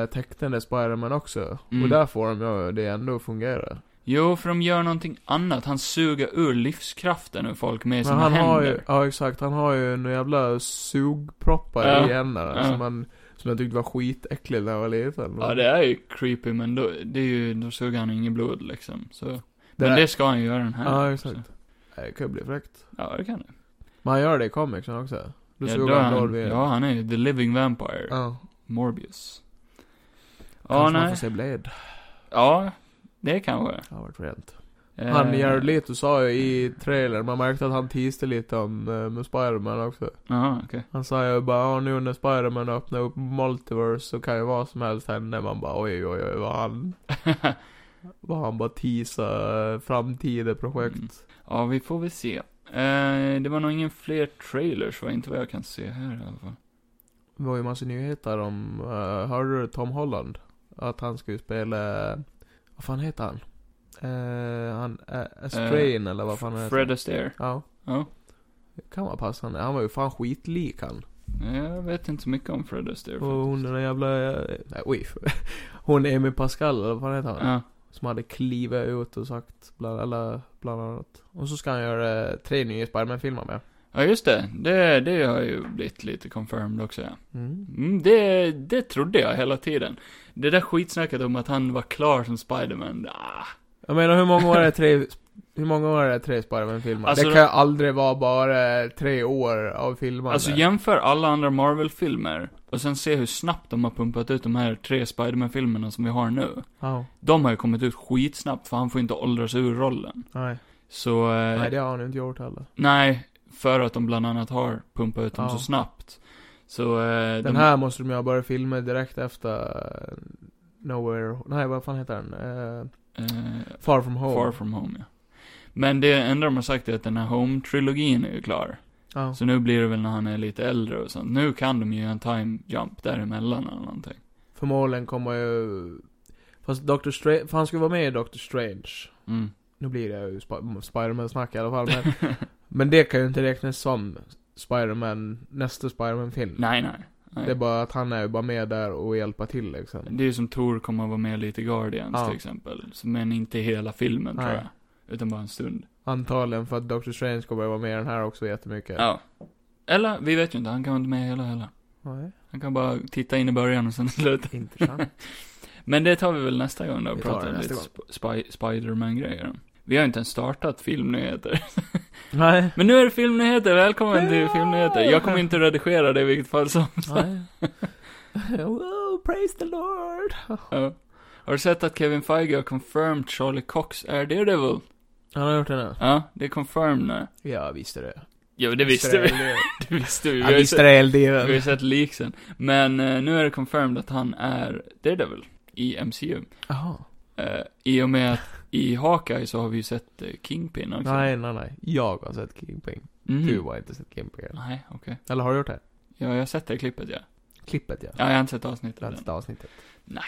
B: eh, tecknade Spiderman också.
A: Mm.
B: Och där får de ju det ändå att fungera.
A: Jo, för de gör någonting annat. Han suger ur livskraften ur folk med
B: Men
A: sina
B: han
A: händer.
B: har ju, ja exakt, han har ju en jävla sugproppar
A: Ja.
B: i händerna
A: Ja.
B: som, han, som jag tyckte var skitäcklig när jag var liten.
A: Ja, det är ju creepy, men då, det är ju, då suger han inget blod liksom. Så.
B: Det
A: men
B: är-
A: det ska han ju göra den här.
B: Ja, exakt. Det kan ju bli fräckt.
A: Ja, det kan det.
B: Men han gör det i comicsen också. Då
A: ja,
B: såg
A: då är
B: han Dolby.
A: Ja, han är ju the living vampire.
B: ja.
A: Morbius. Ja,
B: Kanske man
A: nej.
B: får se Blade.
A: Ja, det kanske.
B: Det har varit rent.
A: Eh,
B: Han Jared Leto sa ju i trailern, man märkte att han teasade lite om eh, med Spiderman också.
A: Jaha, okej.
B: Han sa ju bara, ja nu när Spiderman öppnar upp multiverse så kan ju vad som helst hända. Man bara oj oj oj vad han, vad han bara teasar eh, framtida projekt.
A: Mm. ja, vi får väl se. Eh, det var nog ingen fler trailers, va? Inte vad jag kan se här i alla fall.
B: Det var ju massa nyheter om, eh, hörde du Tom Holland? Att han skulle spela, vad fan heter han? Eh, han, uh, Astrain eller vad fan
A: F-
B: heter
A: Fred Astaire.
B: Ja.
A: Ja.
B: Det kan vara passande. Han var ju fan skitlik han.
A: Jag vet inte så mycket om Fred Astaire
B: Och
A: faktiskt.
B: hon den där jävla, eh, nej oj. hon Amy Pascal eller vad fan heter han?
A: Ja.
B: Som hade klivit ut och sagt, bland, eller, bland annat. Och så ska han göra eh, tre nya Spiderman-filmer med.
A: ja, just det. det. Det har ju blivit lite confirmed också, ja.
B: Mm.
A: Mm, det, det trodde jag hela tiden. Det där skitsnacket om att han var klar som Spiderman, ah.
B: Jag menar hur många år är tre, hur många år är tre Spiderman-filmer?
A: Alltså,
B: det kan ju aldrig vara bara tre år av filmande.
A: Alltså jämför alla andra Marvel-filmer och sen se hur snabbt de har pumpat ut de här tre Spiderman-filmerna som vi har nu.
B: Ja,
A: De har ju kommit ut skitsnabbt för han får inte åldras ur rollen.
B: nej.
A: Så, eh,
B: Nej,
A: nej,
B: det har han inte gjort heller.
A: för att de bland annat har pumpat ut dem
B: Ja.
A: så snabbt. Så, eh,
B: Den
A: de,
B: här måste de ju ha börjat filma direkt efter eh, Nowhere... Nej, vad fan heter den? Eh,
A: eh,
B: Far From Home.
A: Far From Home, ja. Men det enda de har sagt är att den här Home-trilogin är ju klar.
B: ja.
A: Så nu blir det väl när han är lite äldre och sånt. Nu kan de ju göra en time jump däremellan eller någonting.
B: Förmodligen kommer ju... Fast Doctor Strange... För han ska vara med i Doctor Strange.
A: Mm.
B: Nu blir det ju Sp- Spiderman-snack i alla fall, men... men det kan ju inte räknas som Spiderman, nästa Spiderman-film.
A: Nej, nej. nej.
B: Det är bara att han är ju bara med där och hjälpa till liksom.
A: Det är ju som Thor kommer att vara med lite i Guardians
B: Ja.
A: till exempel. Så- Men inte i hela filmen tror
B: Nej.
A: jag. Utan bara en stund.
B: Antagligen för att Doctor Strange kommer vara med i den här också jättemycket.
A: Ja. Eller, vi vet ju inte. Han kan vara inte med hela heller.
B: Nej,
A: Han kan bara titta in i början och sen i slutet.
B: intressant.
A: Men det tar vi väl nästa gång då.
B: Vi
A: och
B: tar
A: pratar
B: det
A: om lite
B: nästa
A: sp- spy- Spiderman-grejer. Vi har ju inte ens startat filmnyheter.
B: Nej.
A: Men nu är det filmnyheter. Välkommen till
B: Ja!
A: filmnyheter. Jag kommer inte redigera det i vilket fall som.
B: Nej. Wow, praise the Lord.
A: Ja. Har du sett att Kevin Feige har confirmed Charlie Cox är Daredevil?
B: Han har gjort det nu?
A: Ja, det är confirmed nu.
B: Ja, visste det.
A: Jo, det visste vi.
B: det.
A: Det visste vi. Vi har
B: Han
A: ju
B: visste
A: sett-
B: det
A: Vi har ju
B: eldiven.
A: sett leaksen. Men eh, nu är det confirmed att han är Daredevil i MCU.
B: Jaha.
A: Eh, I och med att i Hawkeye så har vi ju sett eh, Kingpin också.
B: Nej, nej, nej. Jag har sett Kingpin.
A: Mhm.
B: Du har inte sett Kingpin.
A: Nej, okej.
B: Eller har du gjort det?
A: Ja, jag har sett det klippet ja.
B: Klippet ja.
A: Ja, jag har inte sett avsnittet
B: Det här
A: än.
B: sista avsnittet.
A: Nej.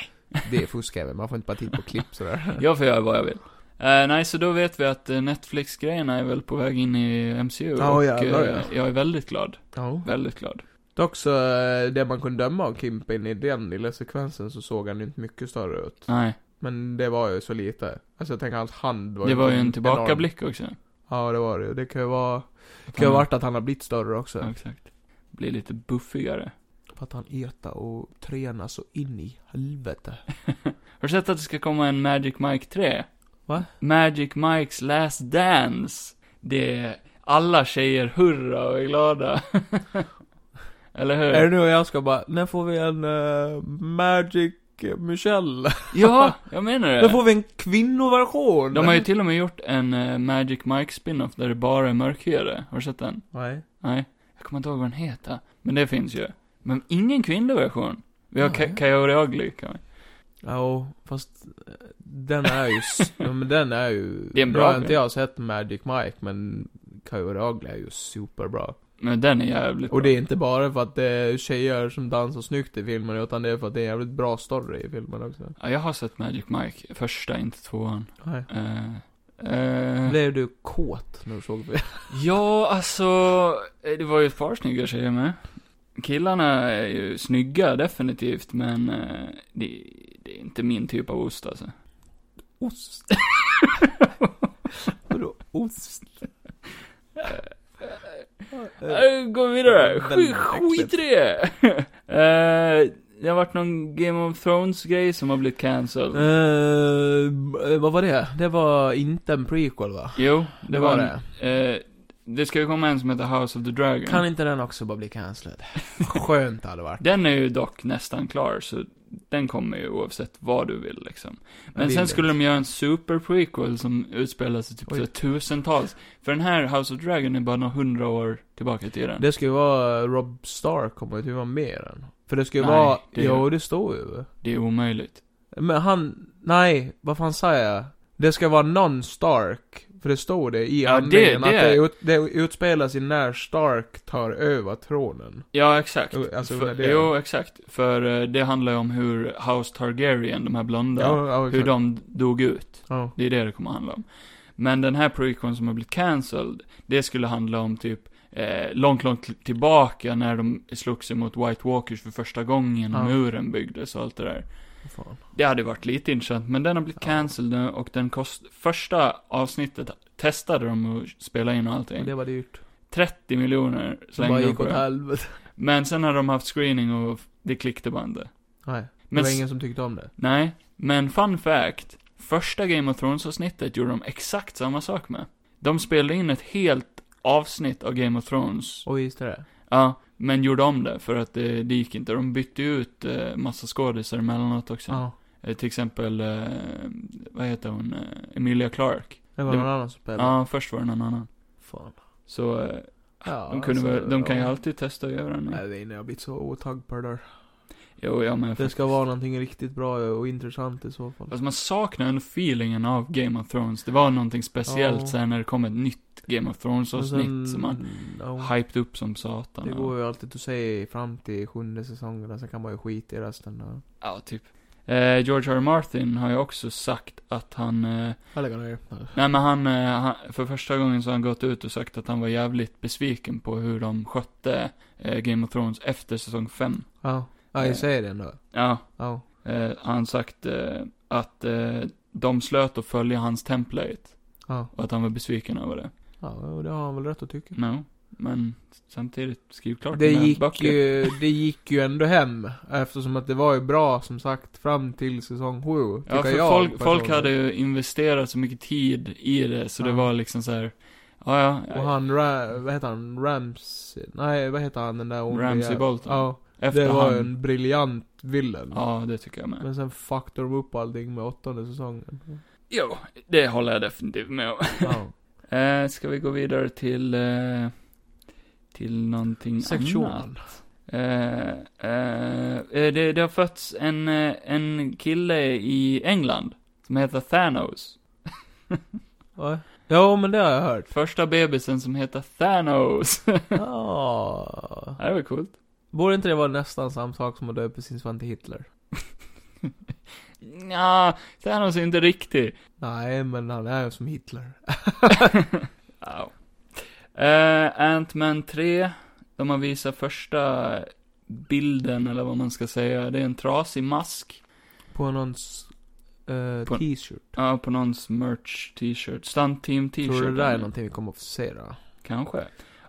B: Det är fusk även. Man får inte bara titta på klipp sådär.
A: Jag får göra vad jag vill. Eh, nej, så då vet vi att eh, Netflix-grejerna är väl på väg in i MCU.
B: Ja,
A: och
B: jävlar,
A: eh,
B: ja.
A: jag är väldigt glad.
B: Ja.
A: Väldigt glad.
B: Dock så, eh, det man kunde döma av Kimpin i den lilla sekvensen så såg han ju inte mycket större ut.
A: Nej,
B: Men det var ju så lite. Alltså jag tänker hans hand var
A: det var ju
B: enorm.
A: en tillbakablick också.
B: Ja, det var det ju. Det kan ju vara, det kan ju ha varit att han har blivit större också.
A: Ja, exakt. Blir lite buffigare.
B: För att han äter och tränar så in i helvete.
A: Har du sett att det ska komma en Magic Mike 3?
B: Va?
A: Magic Mikes Last Dance. Det är alla tjejer hurra och är glada. Eller hur?
B: Är det nu jag ska bara, när får vi en eh, Magic Michelle?
A: Ja, jag menar
B: När
A: det.
B: får vi en kvinnoversion?
A: De har ju till och med gjort en eh, Magic Mike spin-off där det bara är mörkhyade. Har du sett den?
B: Nej.
A: Nej, jag kommer inte ihåg vad den heter. Men det finns ju. Men ingen kvinnlig version. Vi har
B: Nej.
A: Ka- Coyote Ugly. kan vi-
B: Ja, fast eh, den är ju, s- ja, men den är ju...
A: Det är en bra
B: Nu har
A: grej.
B: inte jag sett Magic Mike, men Kajoragli är ju superbra.
A: Men den är jävligt
B: Och det
A: bra.
B: är inte bara för att det är tjejer som dansar snyggt i filmen, utan det är för att det är en jävligt bra story i filmen också.
A: Ja, jag har sett Magic Mike. Första, inte tvåan.
B: Nej.
A: Eh, eh,
B: Blev du kåt när du såg filmen?
A: Ja, alltså, eh, det var ju ett par snygga tjejer med. Killarna är ju snygga, definitivt, men eh, det, det är inte min typ av ost
B: Eh,
A: alltså.
B: Ost? Vadå ost? Eh,
A: Äh, gå vidare, Sk-
B: Väldigt
A: skit i det! Eh, det har varit någon Game of Thrones-grej som har blivit cancelled.
B: Eh, vad var det? Det var inte en prequel va?
A: Jo, det,
B: Det
A: var,
B: var
A: en- eh, det ska ju komma en som heter House of the Dragon.
B: Kan inte den också bara bli cancelled? Skönt hade varit.
A: Den är ju dock nästan klar, så den kommer ju oavsett vad du vill liksom. Men sen skulle de göra en super prequel som utspelar sig typ
B: Oj.
A: så tusentals. För den här House of Dragon är bara några hundra år tillbaka i tiden.
B: Det ska ju vara Rob Stark kommer ju typ vara med i den. För det ska ju
A: Nej,
B: vara...
A: det-
B: Jo, det står ju.
A: Det är omöjligt.
B: Men han... Nej, vad fan säger jag? Det ska vara någon Stark. För det står det i
A: Ja,
B: handlingen
A: det-
B: att
A: det-
B: det, ut, det utspelas i när Stark tar över tronen.
A: Ja, exakt.
B: Jo, alltså,
A: för,
B: det-
A: Jo, exakt. För eh, det handlar ju om hur House Targaryen, de här blonda,
B: ja,
A: hur
B: exakt.
A: de dog ut.
B: Ja.
A: Det är det det kommer handla om. Men den här prequeln som har blivit cancelled, det skulle handla om typ eh, långt, långt tillbaka när de slogs emot White Walkers för första gången och
B: Ja.
A: muren byggdes och allt det där.
B: Vad fan.
A: Det hade varit lite intressant, men den har blivit
B: Ja.
A: cancelled nu och den kost... Första avsnittet testade de att spela in och
B: Men
A: allting.
B: det var dyrt.
A: 30 miljoner
B: Som bara
A: slängde de
B: gick
A: på
B: åt
A: det.
B: helvete.
A: Men sen hade de haft screening och det klickade bara inte.
B: Nej, det
A: Men
B: var
A: s-
B: ingen som tyckte om det.
A: Nej, men fun fact. Första Game of Thrones-avsnittet gjorde de exakt samma sak med. De spelade in ett helt avsnitt av Game of Thrones.
B: Oj, just det.
A: Ja, men gjorde om det för att det, det gick inte. De bytte ut eh, massa skådisar emellanåt också.
B: Ja.
A: Eh, till exempel, eh, vad heter hon, eh, Emilia Clark.
B: Det var
A: Det
B: någon
A: var-
B: annan som spelade.
A: Ja, först var det någon annan.
B: Fan.
A: Så, eh,
B: Ja,
A: de, kunde
B: alltså,
A: väl, de kan ju
B: ja.
A: alltid testa att göra
B: Nej,
A: något.
B: jag vet inte, jag har blivit så otagg på det där.
A: Jo, jag med.
B: Det
A: Fast
B: ska vara någonting riktigt bra och intressant i så fall.
A: man saknar ändå feelingen av Game of Thrones. Det var någonting speciellt
B: Ja.
A: sen när det kom ett nytt Game of
B: Men
A: Thrones-avsnitt som man
B: ja,
A: hyped upp som satan.
B: Det
A: och-
B: går ju alltid att säga fram till sjunde säsongen, och sen kan man ju skita i resten. Och...
A: Ja, typ. Eh, George R. R. Martin har ju också sagt att han, eh,
B: Jag lägger ner.
A: nej men han, eh, han, för första gången så har han gått ut och sagt att han var jävligt besviken på hur de skötte eh, Game of Thrones efter säsong 5.
B: Ja, ja jag säger det ändå.
A: Ja,
B: Ja.
A: eh, han sagt eh, att eh, de slöt att följa hans template
B: Ja.
A: och att han var besviken över det.
B: ja, och det har han väl rätt att tycka.
A: No. Men samtidigt, skriv klart
B: Det
A: dina
B: gick,
A: böcker.
B: ju, det gick ju ändå hem, eftersom att det var ju bra som sagt fram till säsong 7, tycker
A: Ja, för
B: jag.
A: folk, folk
B: personligen.
A: hade ju investerat så mycket tid i det, så det
B: Ja.
A: var liksom så här. Ja, ja.
B: Och han, Ra- vad heter han, Rams... Nej, vad heter han den där onda
A: eh, Ramsay
B: jäveln?
A: Bolton.
B: Ja,
A: efter
B: det var
A: han,
B: en briljant villain.
A: Ja, det tycker jag med.
B: Men sen fuckade de upp allting med åttonde säsongen.
A: Jo, det håller jag definitivt med om.
B: Ja.
A: Eh, ska vi gå vidare till, eh, till någonting annat?
B: Sektionen.
A: Eh, eh, eh, det, det har fötts en, eh, en kille i England som heter Thanos.
B: Ja. Ja, men det har jag hört.
A: Första bebisen som heter Thanos.
B: Ja.
A: det var coolt.
B: Borde inte det vara nästan samma sak som att döpa sin son till Hitler?
A: Nja, Thanos är inte riktig.
B: Nej, men han är ju som Hitler.
A: Au. Eh, Ant-Man 3 Där man visar första bilden, eller vad man ska säga. Det är en trasig mask.
B: På någons eh,
A: På-
B: t-shirt.
A: Ja, på någons merch t-shirt. Stunt team t-shirt.
B: Tror du det där är någonting vi kommer att få se då?
A: Kanske.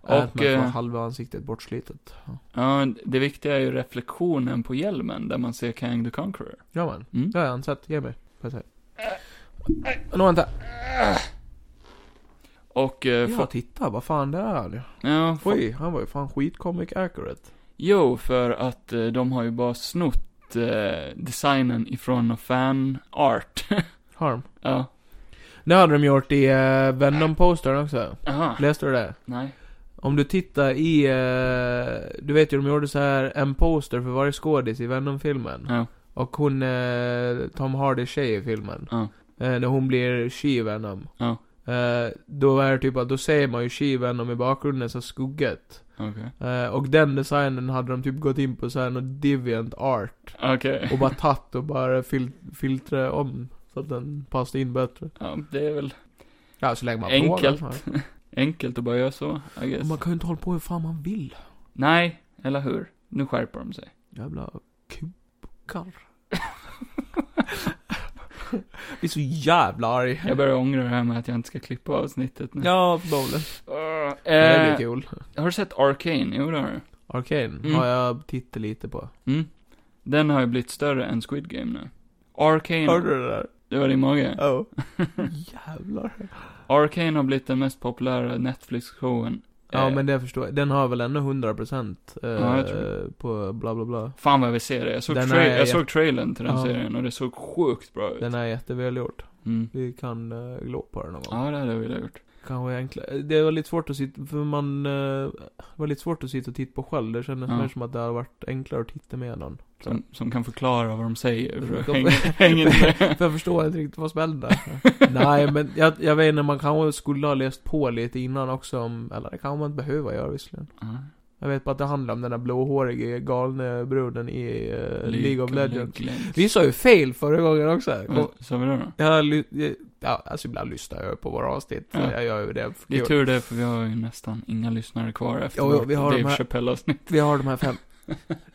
B: att
A: Och,
B: man får
A: eh,
B: halva ansiktet bortslitet. Ja.
A: Ja, det viktiga är ju reflektionen på hjälmen där man ser Kang the Conqueror.
B: Ja man.
A: Mm.
B: Det har jag ansett. Ge mig. Får jag se. Nå vänta.
A: Eh, Och, eh,
B: Ja,
A: få-
B: titta vad fan det är nu.
A: ja, få-
B: Oj, han var ju fan skitcomic accurate.
A: Jo, för att eh, de har ju bara snott eh, designen ifrån någon fan art.
B: Harm.
A: ja,
B: Det hade de gjort i eh, Venom-postern också.
A: aha,
B: Läste du det?
A: nej.
B: Om du tittar i... eh, du vet ju, de gjorde så här en poster för varje skådis i Venom-filmen.
A: Ja.
B: Och hon, eh, Tom Hardy tjej i filmen.
A: Ja.
B: Eh, när hon blir She-Venom.
A: Ja.
B: Eh, då är det typ att, då ser man ju She-Venom i bakgrunden så skugget.
A: Okej.
B: Eh, och den designen hade de typ gått in på så här något deviant art.
A: Okej.
B: Och bara tagit och bara fil filtrat om. Så att den passade in bättre.
A: Ja, det är väl
B: Ja, så länge man
A: Enkelt.
B: vågar.
A: enkelt att bara göra så, I guess.
B: Man kan ju inte hålla på hur fan man vill.
A: Nej, eller hur? Nu skärper de sig.
B: Jävla kukar. Blir så jävla arg.
A: Jag börjar ångra det här med att jag inte ska klippa avsnittet nu.
B: Ja, förmodligen.
A: Ugh.
B: Det
A: eh,
B: blir kul.
A: har du sett Arcane? Jo, det har du.
B: Arcane
A: Mm.
B: har jag tittat lite på.
A: Mm. Den har ju blivit större än Squid Game nu. Arcane...
B: Hörde du det där?
A: Det var din mage.
B: Ja. Jävlar.
A: Arcane har blivit den mest populära Netflix-showen.
B: Ja,
A: Eh,
B: men det förstår jag. Den har väl ändå 100% eh,
A: Ja, jag tror
B: på bla bla bla.
A: Fan vad jag vill se det. Jag såg,
B: Den
A: tra-
B: är
A: jag
B: jätte-
A: såg trailern till den
B: Ja.
A: serien och det såg sjukt bra ut.
B: Den är jättevälgjord.
A: Mm.
B: Vi kan uh, glå på den någon gång.
A: Ja, det hade jag velat gjort.
B: Kanske enklare. Det var lite svårt att sitta, för man... eh, det var lite svårt att sitta och titta på själv. Det kändes
A: Ja.
B: mer som att det hade varit enklare att titta med någon.
A: Som, som kan förklara vad de säger. För
B: Jag
A: att
B: kom-
A: hänga, hänga med.
B: För jag förstår inte riktigt vad som hände där. Nej, men jag, jag vet inte, man kanske skulle ha läst på lite innan också om... Eller det kanske man inte behöver göra visserligen.
A: Ja.
B: Jag vet bara att det handlar om den där blåhårige galne bruden i eh, League of Legends. Vi sa ju fel förra gången också. Kom,
A: Vad sa vi då? då?
B: jag, ly- jag, ja, alltså ibland lyssnar jag på våra avsnitt.
A: Ja.
B: Jag gör ju det. för
A: Det är
B: kul.
A: tur det, för vi har ju nästan inga lyssnare kvar efter
B: Jo, jo,
A: vårt
B: vi har de
A: Dave
B: här-
A: Chappelle-avsnitt.
B: Vi har de här fem.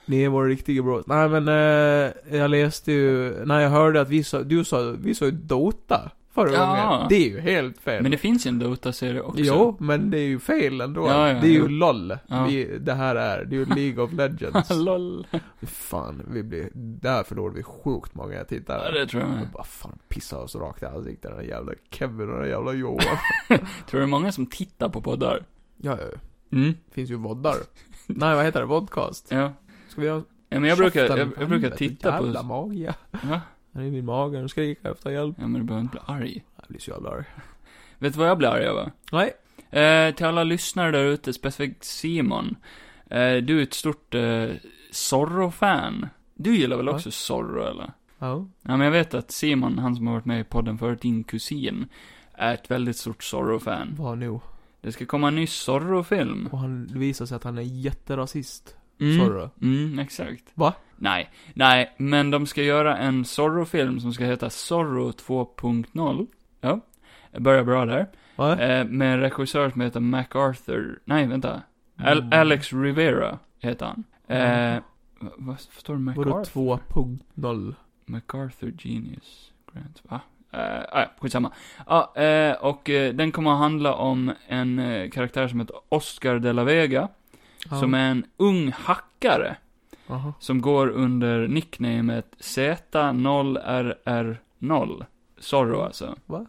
B: Ni är våra riktiga bros. Nej men, eh, jag läste ju, när jag hörde att vi sa, du sa, vi sa ju Dota förra
A: Ja.
B: gången. Det är ju helt fel.
A: Men det finns ju en Dota-serie också.
B: Jo, men det är ju fel ändå.
A: Ja, ja,
B: det är ju
A: jo.
B: LOL.
A: Ja.
B: Vi, det här är, det är ju League of Legends.
A: Lol.
B: fan, vi blir, där förlorar vi sjukt många
A: Ja,
B: tittare.
A: det tror jag
B: Jag
A: med.
B: bara fan pissar oss rakt i ansiktet, den där jävla Kevin och den där jävla Johan.
A: Tror du det är många som tittar på poddar?
B: ja, ja,
A: Mm.
B: finns ju voddar. Nej, vad heter det? Vodcast?
A: Ja.
B: Ska vi göra
A: ja men jag brukar, jag,
B: Käften,
A: jag brukar
B: helvete,
A: titta
B: Jävla
A: på...
B: mage.
A: Va?
B: Den är i min mage, den skriker efter hjälp.
A: Ja, men du behöver inte bli arg.
B: Jag blir så jävla arg.
A: Vet du vad jag blir arg över?
B: Nej.
A: Eh, till alla lyssnare där ute, specifikt Simon. Eh, du är ett stort eh, Zorro-fan. Du gillar väl
B: Va?
A: också Zorro, eller?
B: Ja.
A: Ja, men jag vet att Simon, han som har varit med i podden förut, din kusin, är ett väldigt stort Zorro-fan.
B: Vad nu?
A: Det ska komma en ny Zorro-film.
B: Och han det visar sig att han är jätterasist.
A: Mm.
B: Zorro.
A: Mm, exakt.
B: Va?
A: Nej, nej, men de ska göra en Zorro-film som ska heta Zorro 2.0. Ja, jag börjar bra där.
B: Va?
A: Eh, med en regissör som heter MacArthur. Nej, vänta. Al-
B: Mm.
A: Alex Rivera heter han. Eh,
B: Mm.
A: vad- vad står det? MacArthur?
B: Vadå 2.0?
A: MacArthur Genius Grant, va? Eh, ah, ja, skitsamma. Ja, eh, och eh, den kommer att handla om en eh, karaktär som heter Oscar de la Vega,
B: Ja.
A: som är en ung hackare,
B: Aha.
A: som går under nicknamet Z0RR0. Zorro alltså.
B: Va?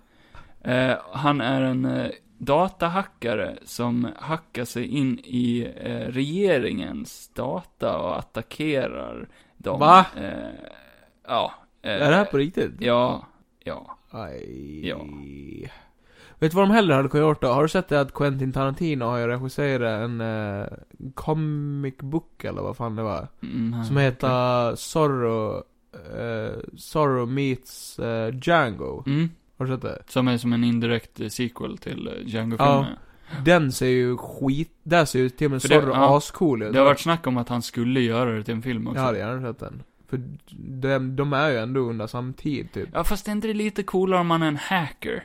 A: Eh, han är en eh, datahackare som hackar sig in i eh, regeringens data och attackerar dem.
B: Va?
A: Eh, ja. eh,
B: Är det här på riktigt?
A: Ja. Ja.
B: Aj.
A: Ja.
B: Vet du vad de hellre hade kunnat gjort då? Har du sett det att Quentin Tarantino har ju regisserat en eh, comic book eller vad fan det var?
A: Mm, här.
B: Som heter Zorro, eh, Zorro meets eh, Django.
A: Mm.
B: Har du sett det?
A: Som är som en indirekt eh, sequel till eh, Django-filmen.
B: Den ser ju skit... Där ser ju till och med
A: För det-
B: Zorro
A: ja.
B: ascool ut.
A: Det har varit snack om att han skulle göra det till en film också.
B: Jag hade gärna sett den. För de, de är ju ändå under samtid typ.
A: Ja, fast är inte det lite coolare om man är en hacker?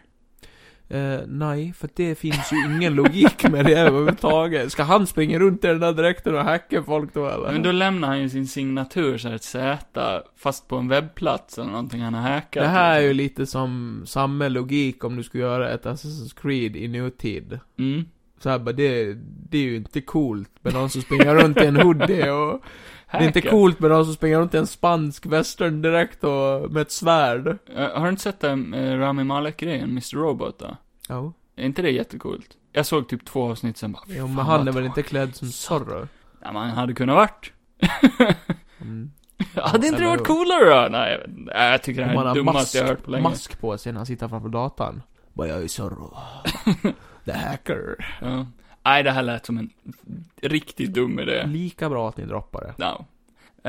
B: Eh, nej, för det finns ju ingen logik med det överhuvudtaget. Ska han springa runt i den där dräkten och hacka folk då eller?
A: Men då lämnar han ju sin signatur, så här ett Z, fast på en webbplats eller någonting han har hackat.
B: det här är ju lite som samma logik om du skulle göra ett Assassin's Creed i nutid.
A: Mm.
B: Så här, bara, det, det är ju inte coolt med någon som springer runt i en hoodie och... Det är inte
A: Hacka.
B: coolt med någon som springer runt i en spansk western direkt och med ett svärd.
A: Eh, Har du inte sett den eh, Rami Malek-grejen, Mr. Robot då?
B: Ja.
A: Är inte det jättecoolt? Jag såg typ två avsnitt sen bara,
B: Jo, men
A: Fan,
B: han
A: vad
B: är väl
A: tråkigt.
B: inte klädd som Zorro?
A: ja, man hade kunnat varit.
B: Mm.
A: hade inte det
B: eller
A: varit
B: hur?
A: coolare då? Nej, jag, vet inte. Nej, jag tycker det
B: Om
A: här
B: man
A: är
B: har
A: dummaste jag
B: mask-
A: har hört på länge.
B: mask på sig när han sitter framför datorn. Bara, jag är Zorro. The hacker.
A: Ja. Nej, det här lät som en riktigt dum idé.
B: Lika bra att ni droppar det.
A: No.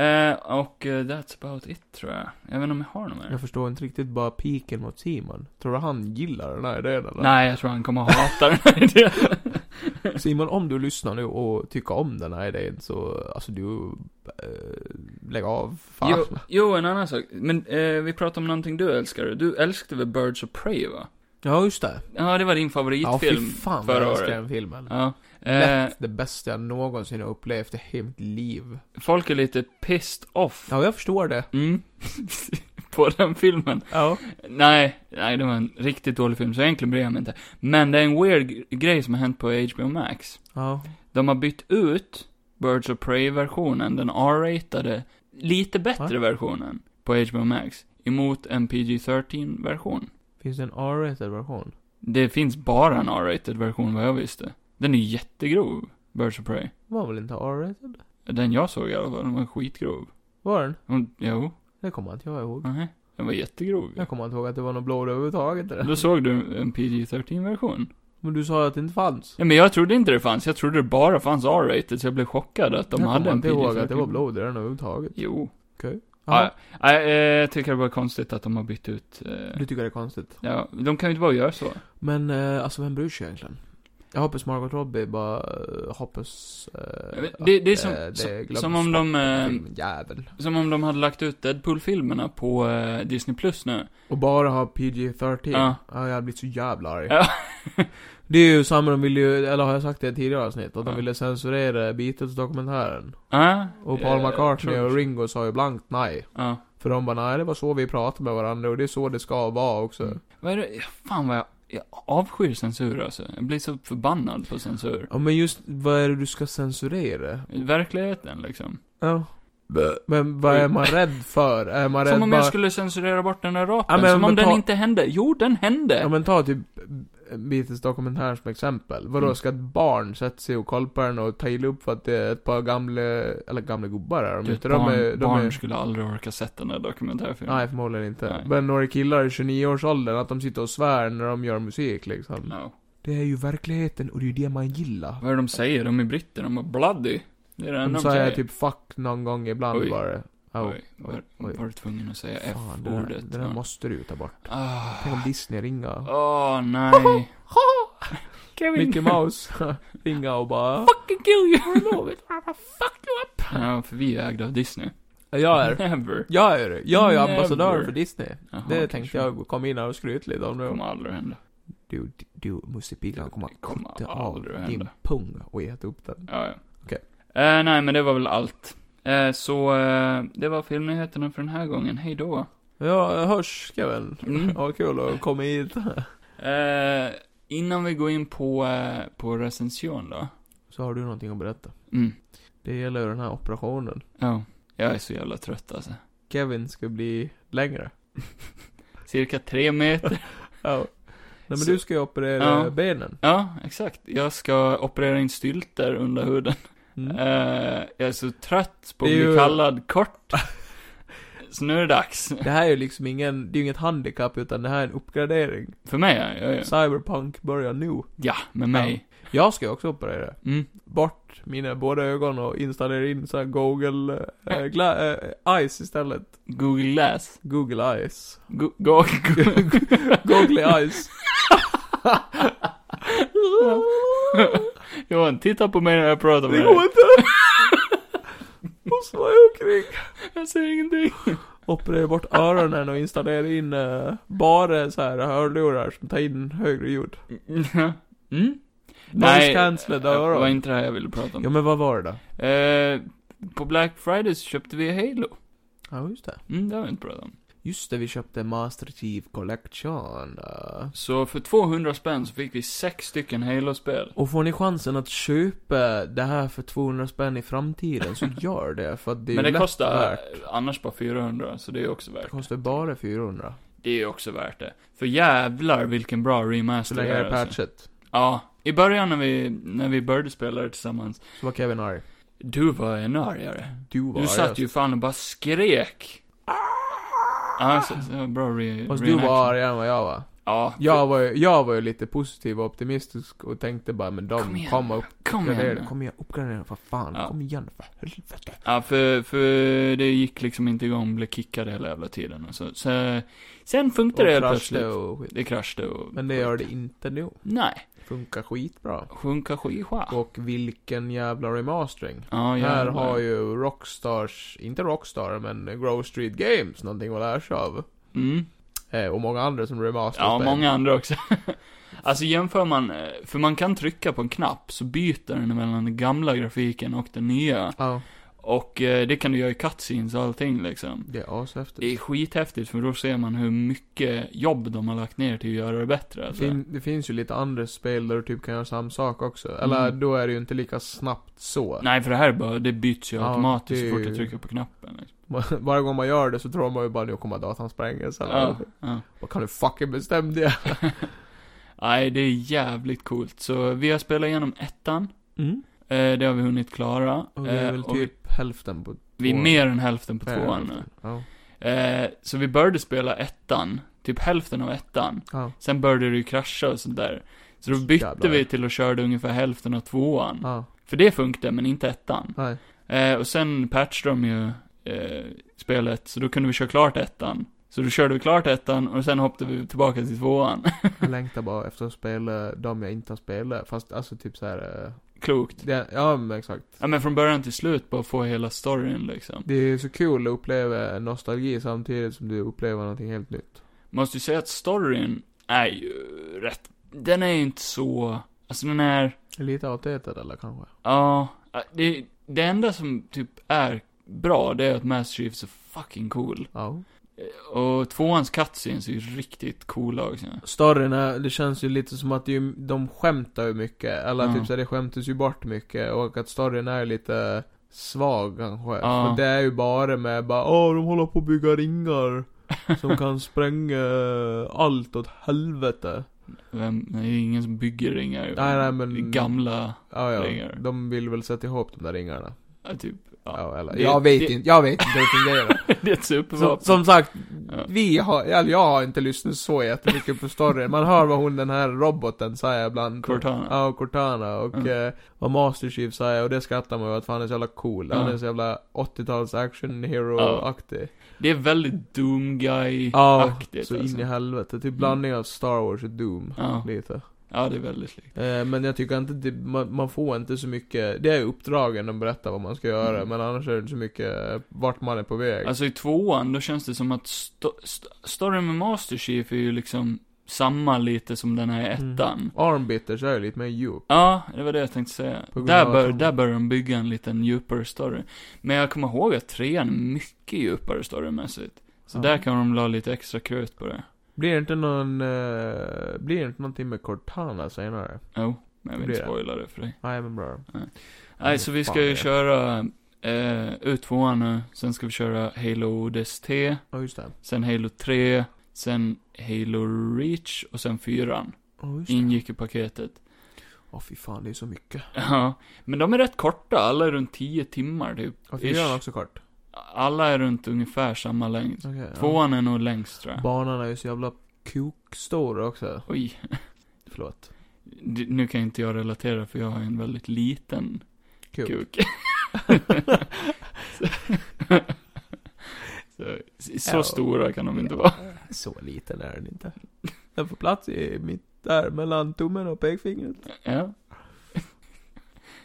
A: Eh, och eh, that's about it, tror jag. Jag vet inte om jag har något mer.
B: Jag förstår inte riktigt bara piken mot Simon. Tror du han gillar den här idén eller?
A: Nej, jag tror han kommer hata den här idén.
B: Simon, om du lyssnar nu och tycker om den här idén så, alltså du, eh, lägg av. Fan.
A: Jo, jo, en annan sak. Men eh, vi pratade om någonting du älskar. Du älskade väl Birds of Prey, va?
B: Ja, just det.
A: Ja, det var din
B: Ja, fy
A: favoritfilm
B: fan vad
A: förra
B: jag älskar
A: året.
B: den filmen.
A: Ja. Eh,
B: Lätt det bästa jag någonsin har upplevt i hela mitt liv.
A: folk är lite pissed off.
B: Ja, jag förstår det.
A: Mm. På den filmen.
B: Ja.
A: Nej, nej, det var en riktigt dålig film, så egentligen bryr jag mig inte. Men det är en weird g- grej som har hänt på HBO Max.
B: Ja.
A: De har bytt ut Birds of Prey-versionen, den R-ratade, lite bättre versionen på HBO Max, emot en PG-13-version.
B: Finns det en R-rated version?
A: Det finns bara en R-rated version vad jag visste. Den är jättegrov, Birds of Prey.
B: Var väl inte R-rated?
A: Den jag såg i alla fall, den var skitgrov.
B: Var den?
A: Hon, jo,
B: Det kommer inte jag ihåg.
A: nej, den var jättegrov.
B: Jag kommer inte ihåg att det var något blod överhuvudtaget där.
A: Då såg du en PG-13-version.
B: Men du sa ju att det inte fanns.
A: Ja, men jag trodde inte det fanns, jag trodde det bara fanns R-rated, så jag blev chockad att de
B: jag
A: hade
B: kommer
A: en
B: inte ihåg
A: PG-13.
B: att det var blod i den överhuvudtaget.
A: Jo.
B: Okej.
A: Ja,
B: Ja.
A: Nej, eh, jag tycker det var konstigt att de har bytt ut, eh,
B: Du tycker det är konstigt.
A: ja, de kan ju inte bara göra så.
B: Men eh, alltså vem bryr sig egentligen? Jag hoppas Margot Robbie bara eh, hoppas... eh,
A: Jag vet-
B: att,
A: det- det är
B: eh,
A: som- som-
B: glöms
A: som om de,
B: bort i
A: eh,
B: filmen, Jävel.
A: Som om de hade lagt ut Deadpool-filmerna på eh, Disney Plus nu.
B: Och bara ha PG-13.
A: Ja.
B: Ja. jag hade blivit så jävla arg.
A: Ja.
B: det är ju samma, de ville ju, eller har jag sagt det i tidigare avsnitt? Att
A: Ja.
B: de ville censurera Beatles-dokumentären.
A: Ja.
B: Och Paul
A: eh,
B: McCartney
A: tror-
B: och Ringo sa ju blankt nej.
A: Ja.
B: För de bara nej, det var så vi pratade med varandra och det är så det ska vara också.
A: Mm. Vad är det, ja, fan vad jag, jag avskyr censur alltså. Jag blir så förbannad på censur.
B: Ja men just, vad är det du ska censurera?
A: Verkligheten liksom.
B: Ja. Men vad är man rädd för? Är man rädd
A: Som om
B: bara...
A: jag skulle censurera bort den där rapen,
B: Ja, men-
A: som om
B: men
A: den
B: ta-
A: inte hände. Jo, den hände!
B: Ja men ta typ Beatles dokumentär som exempel. Vadå,
A: Mm.
B: ska ett barn sätta sig och kolla på den och ta illa upp för att det är ett par gamla, eller gamla gubbar är de
A: Du, ett
B: inte.
A: Typ, barn,
B: De är, de
A: barn
B: är,
A: skulle aldrig orka sett den där dokumentärfilmen.
B: nej förmodligen inte.
A: Nej.
B: Men några killar i 29-årsåldern, att de sitter och svär när de gör musik liksom.
A: No.
B: Det är ju verkligheten och det är ju det man gillar.
A: Vad är det de säger? De är britter, de är bloody. Det är det enda
B: De
A: de säger.
B: säger typ 'fuck' någon gång ibland
A: Oj.
B: bara. Oh.
A: Oj, var,
B: oj.
A: var du tvungen att säga
B: Fan, det där,
A: F-ordet?
B: det där
A: Ja.
B: måste du ju ta bort.
A: Ah.
B: Tänk om Disney ringa.
A: Åh, nej. Kevin.
B: Mickey Mouse ringa och bara...
A: Fucking kill you! I love it. I fuck you up! Ja, för vi är ägda av Disney.
B: Jag är...
A: Never.
B: Jag är det. Jag är ju
A: Never.
B: ambassadör för Disney.
A: Jaha,
B: Det
A: okej,
B: tänkte
A: sure.
B: jag komma in här och skryta lite om
A: Det
B: nu.
A: kommer aldrig hända.
B: Du, du, Musse Pigg, han kommer
A: Det kommer
B: att ta av
A: aldrig
B: din
A: hända.
B: pung och äta upp den.
A: Ja, ja.
B: Okej.
A: Eh, nej, men det var väl allt. Eh, så, eh, det var filmnyheterna för den här gången. Hej då.
B: Ja, hörs Kevin.
A: Mm.
B: Ja, kul att komma hit.
A: Eh, innan vi går in på, eh, på recension då.
B: Så har du någonting att berätta.
A: Mm.
B: Det gäller ju den här operationen.
A: Ja. Jag är så jävla trött alltså.
B: Kevin ska bli längre.
A: Cirka tre meter.
B: Ja. Nej men
A: Så-
B: du ska ju operera
A: Ja.
B: benen.
A: Ja, exakt. Jag ska operera in stylter under huden.
B: Mm.
A: Eh, jag är så trött på att
B: Det är
A: bli
B: ju-
A: kallad kort. så nu är det dags.
B: Det här är ju liksom ingen, det är ju inget handikapp utan det här är en uppgradering.
A: För mig, ja. ja, ja.
B: Cyberpunk börjar nu.
A: Ja, med mig.
B: Jag ska ju också operera.
A: Mm.
B: Bort mina båda ögon och installera in så här Google eh, gla, eh, Eyes istället.
A: Google Glass.
B: Google Eyes.
A: Go- go- go-
B: Google Eyes.
A: Johan, titta på mig när jag pratar med
B: det går
A: dig.
B: inte! Måste vara omkring.
A: Jag säger ingenting.
B: operera bort öronen och installera in eh, bara så här hörlurar som tar in högre ljud.
A: Mm?
B: Noise cancelled
A: det var
B: öron.
A: inte det här jag ville prata om.
B: Ja men vad var det då?
A: Eh, på Black Friday så köpte vi Halo.
B: Ja just det.
A: Mm, det har vi inte pratat om.
B: Just det, vi köpte Master Chief Collection. eh.
A: Så för 200 spänn så fick vi sex stycken Halo-spel.
B: Och får ni chansen att köpa det här för 200 spänn i framtiden så gör det. För att det är
A: Men
B: ju
A: det
B: lätt
A: kostar
B: värt.
A: annars bara 400, så det är också
B: Det
A: värt.
B: kostar bara 400.
A: Det är också värt det. För jävlar vilken bra
B: Så
A: remaster
B: länge det är
A: alltså.
B: patchet.
A: Ja. I början när vi, när vi började spela det tillsammans,
B: Så var Kevin arg.
A: du var ännu argare.
B: Du var
A: Du satt
B: argast.
A: ju fan och bara skrek. Ja, Ah, så, så var bra re,
B: Ah! Fast du
A: reenaction.
B: var argare än vad jag var.
A: Ja.
B: Jag var, ju, jag var ju lite positiv och optimistisk och tänkte bara men de
A: Kom igen.
B: kommer
A: Kom igen
B: uppgradera,
A: nu.
B: kom igen, uppgradera för fan,
A: Ja.
B: kom igen för helvete.
A: Ja, för, för det gick liksom inte igång, blev kickad hela jävla tiden och så. så sen funkade det helt plötsligt.
B: kraschade och skit.
A: Det kraschade och...
B: Men det gör det inte nu.
A: Nej.
B: Funkar skitbra.
A: Sjunka skiva.
B: Och vilken jävla remastering.
A: Ah. Ja,
B: Här
A: jävlar.
B: har ju Rockstars, inte Rockstar men Grove Street Games någonting att lära sig av.
A: Mm.
B: Eh, och många andra som remasterar
A: Ja,
B: spel.
A: många andra också. alltså jämför man, eh, för man kan trycka på en knapp så byter den mellan den gamla grafiken och den nya.
B: Ja,
A: Och eh, det kan du göra i cutscenes och allting liksom.
B: det är ashäftigt.
A: Det är skithäftigt för då ser man hur mycket jobb de har lagt ner till att göra det bättre alltså.
B: fin, det finns ju lite andra spel där du typ kan göra samma sak också. Eller
A: Mm.
B: då är det ju inte lika snabbt så.
A: Nej, för det här är bara, det byts ju
B: Ja,
A: automatiskt
B: det är
A: så fort
B: ju-
A: jag trycker på knappen. Liksom.
B: Varje gång man gör det så tror man ju bara nu kommer datan sprängas eller
A: Ja, ja.
B: Vad kan du fucking bestämma det?
A: Nej, det är jävligt coolt. Så vi har spelat igenom ettan. Eh, det har vi hunnit klara.
B: Mm. Och det är
A: Eh,
B: väl
A: och vi-
B: typ hälften på
A: vi är
B: tvåan.
A: mer än hälften på
B: Nej,
A: tvåan nu.
B: hälften. Ja.
A: Eh, så vi började spela ettan, typ hälften av ettan.
B: Ja.
A: Sen började det ju krascha och sånt där. Så då bytte
B: Jävlar.
A: vi till att köra ungefär hälften av tvåan.
B: ja.
A: För det funkade, men inte ettan.
B: Nej.
A: Eh, och sen patchade de ju eh, spelet, så då kunde vi köra klart ettan. Så då körde vi klart ettan och sen hoppade vi tillbaka till tvåan.
B: Jag längtar bara efter att spela de jag inte har spelat. Fast alltså typ så här. eh,
A: Klokt.
B: Det, ja men exakt.
A: Ja men från början till slut, bara få hela storyn liksom.
B: Det är så kul att uppleva nostalgi samtidigt som du upplever någonting helt nytt.
A: Måste ju säga att storyn är ju rätt, den är ju inte så, alltså den är,
B: Lite outdated eller kanske?
A: Ja, det, det enda som typ är bra, det är att Master Chief är så fucking cool.
B: Ja.
A: Och tvåans cutscenes är ju riktigt coola också.
B: Storyn är, det känns ju lite som att det är- de skämtar ju mycket, eller
A: Ja.
B: typ så här, det skämtas ju bort mycket och att storyn är lite svag kanske.
A: Ja.
B: För det är ju bara med bara åh de håller på att bygga ringar som kan spränga allt åt helvete.
A: Vem, det är ingen som bygger ringar.
B: Nej, nej, men-
A: Det är Gamla,
B: Ja, ja.
A: Ringar.
B: De vill väl sätta ihop de där ringarna.
A: ja, typ.
B: Ja,
A: Ja.
B: eller,
A: Det-
B: jag vet
A: det-
B: inte, jag vet inte hur det fungerar.
A: det är ett
B: Som,
A: supervapen.
B: som sagt,
A: Ja.
B: vi har, eller jag har inte lyssnat så jättemycket på storyn. Man hör vad hon den här roboten säger ibland.
A: Cortana.
B: Ja, och Cortana och
A: Mm.
B: eh, vad Master Chief säger och det skrattar man ju åt för han är så jävla cool. Han
A: Ja.
B: är så jävla 80-tals action hero-aktig.
A: Det är väldigt Doom
B: Ja,
A: Guy-aktigt.
B: så in
A: alltså.
B: i helvete. Typ blandning av Star Wars och Doom.
A: Ja.
B: Lite.
A: ja, det är väldigt likt.
B: Eh, men jag tycker inte, det, man, man får inte så mycket, det är ju uppdragen de berättar vad man ska göra,
A: Mm.
B: men annars är det inte så mycket eh, vart man är på väg.
A: Alltså i tvåan, då känns det som att sto- st- storyn med Master Chief är ju liksom samma lite som den här i
B: Mm.
A: ettan.
B: Armbitters är ju lite mer djup.
A: Ja, det var det jag tänkte säga.
B: På grund
A: Där,
B: av
A: bör,
B: att-
A: där började de bygga en liten djupare story. Men jag kommer ihåg att trean är mycket djupare storymässigt. Så
B: Ja.
A: där kan de la lite extra krut på det.
B: Blir det inte någon, eh, blir det inte någonting med Cortana senare?
A: Jo, men jag vill
B: Blir
A: inte
B: det?
A: spoila det för dig.
B: Nej men bra.
A: Nej, så vi
B: fan
A: ska ju
B: det.
A: köra eh, ut tvåan nu, sen ska vi köra Halo DST,
B: Ja just det.
A: sen Halo 3, sen Halo Reach och sen fyran.
B: Ja just det.
A: Ingick i paketet.
B: Åh fy fan det är så mycket.
A: Ja, men de är rätt korta, alla är runt 10 timmar typ.
B: Och
A: Ish.
B: fyran också kort.
A: Alla är runt ungefär samma längd.
B: Okej.
A: Tvåan är nog längst tror
B: Ja.
A: jag.
B: Banan är ju så jävla kukstor också.
A: Oj,
B: Förlåt.
A: d- nu kan inte jag relatera för jag har en väldigt liten
B: Kuk.
A: kuk. så så, så
B: Ja.
A: stora kan de inte
B: Ja,
A: vara.
B: Så liten är den inte. Den får plats i mitt, där mellan tummen och pekfingret.
A: Ja.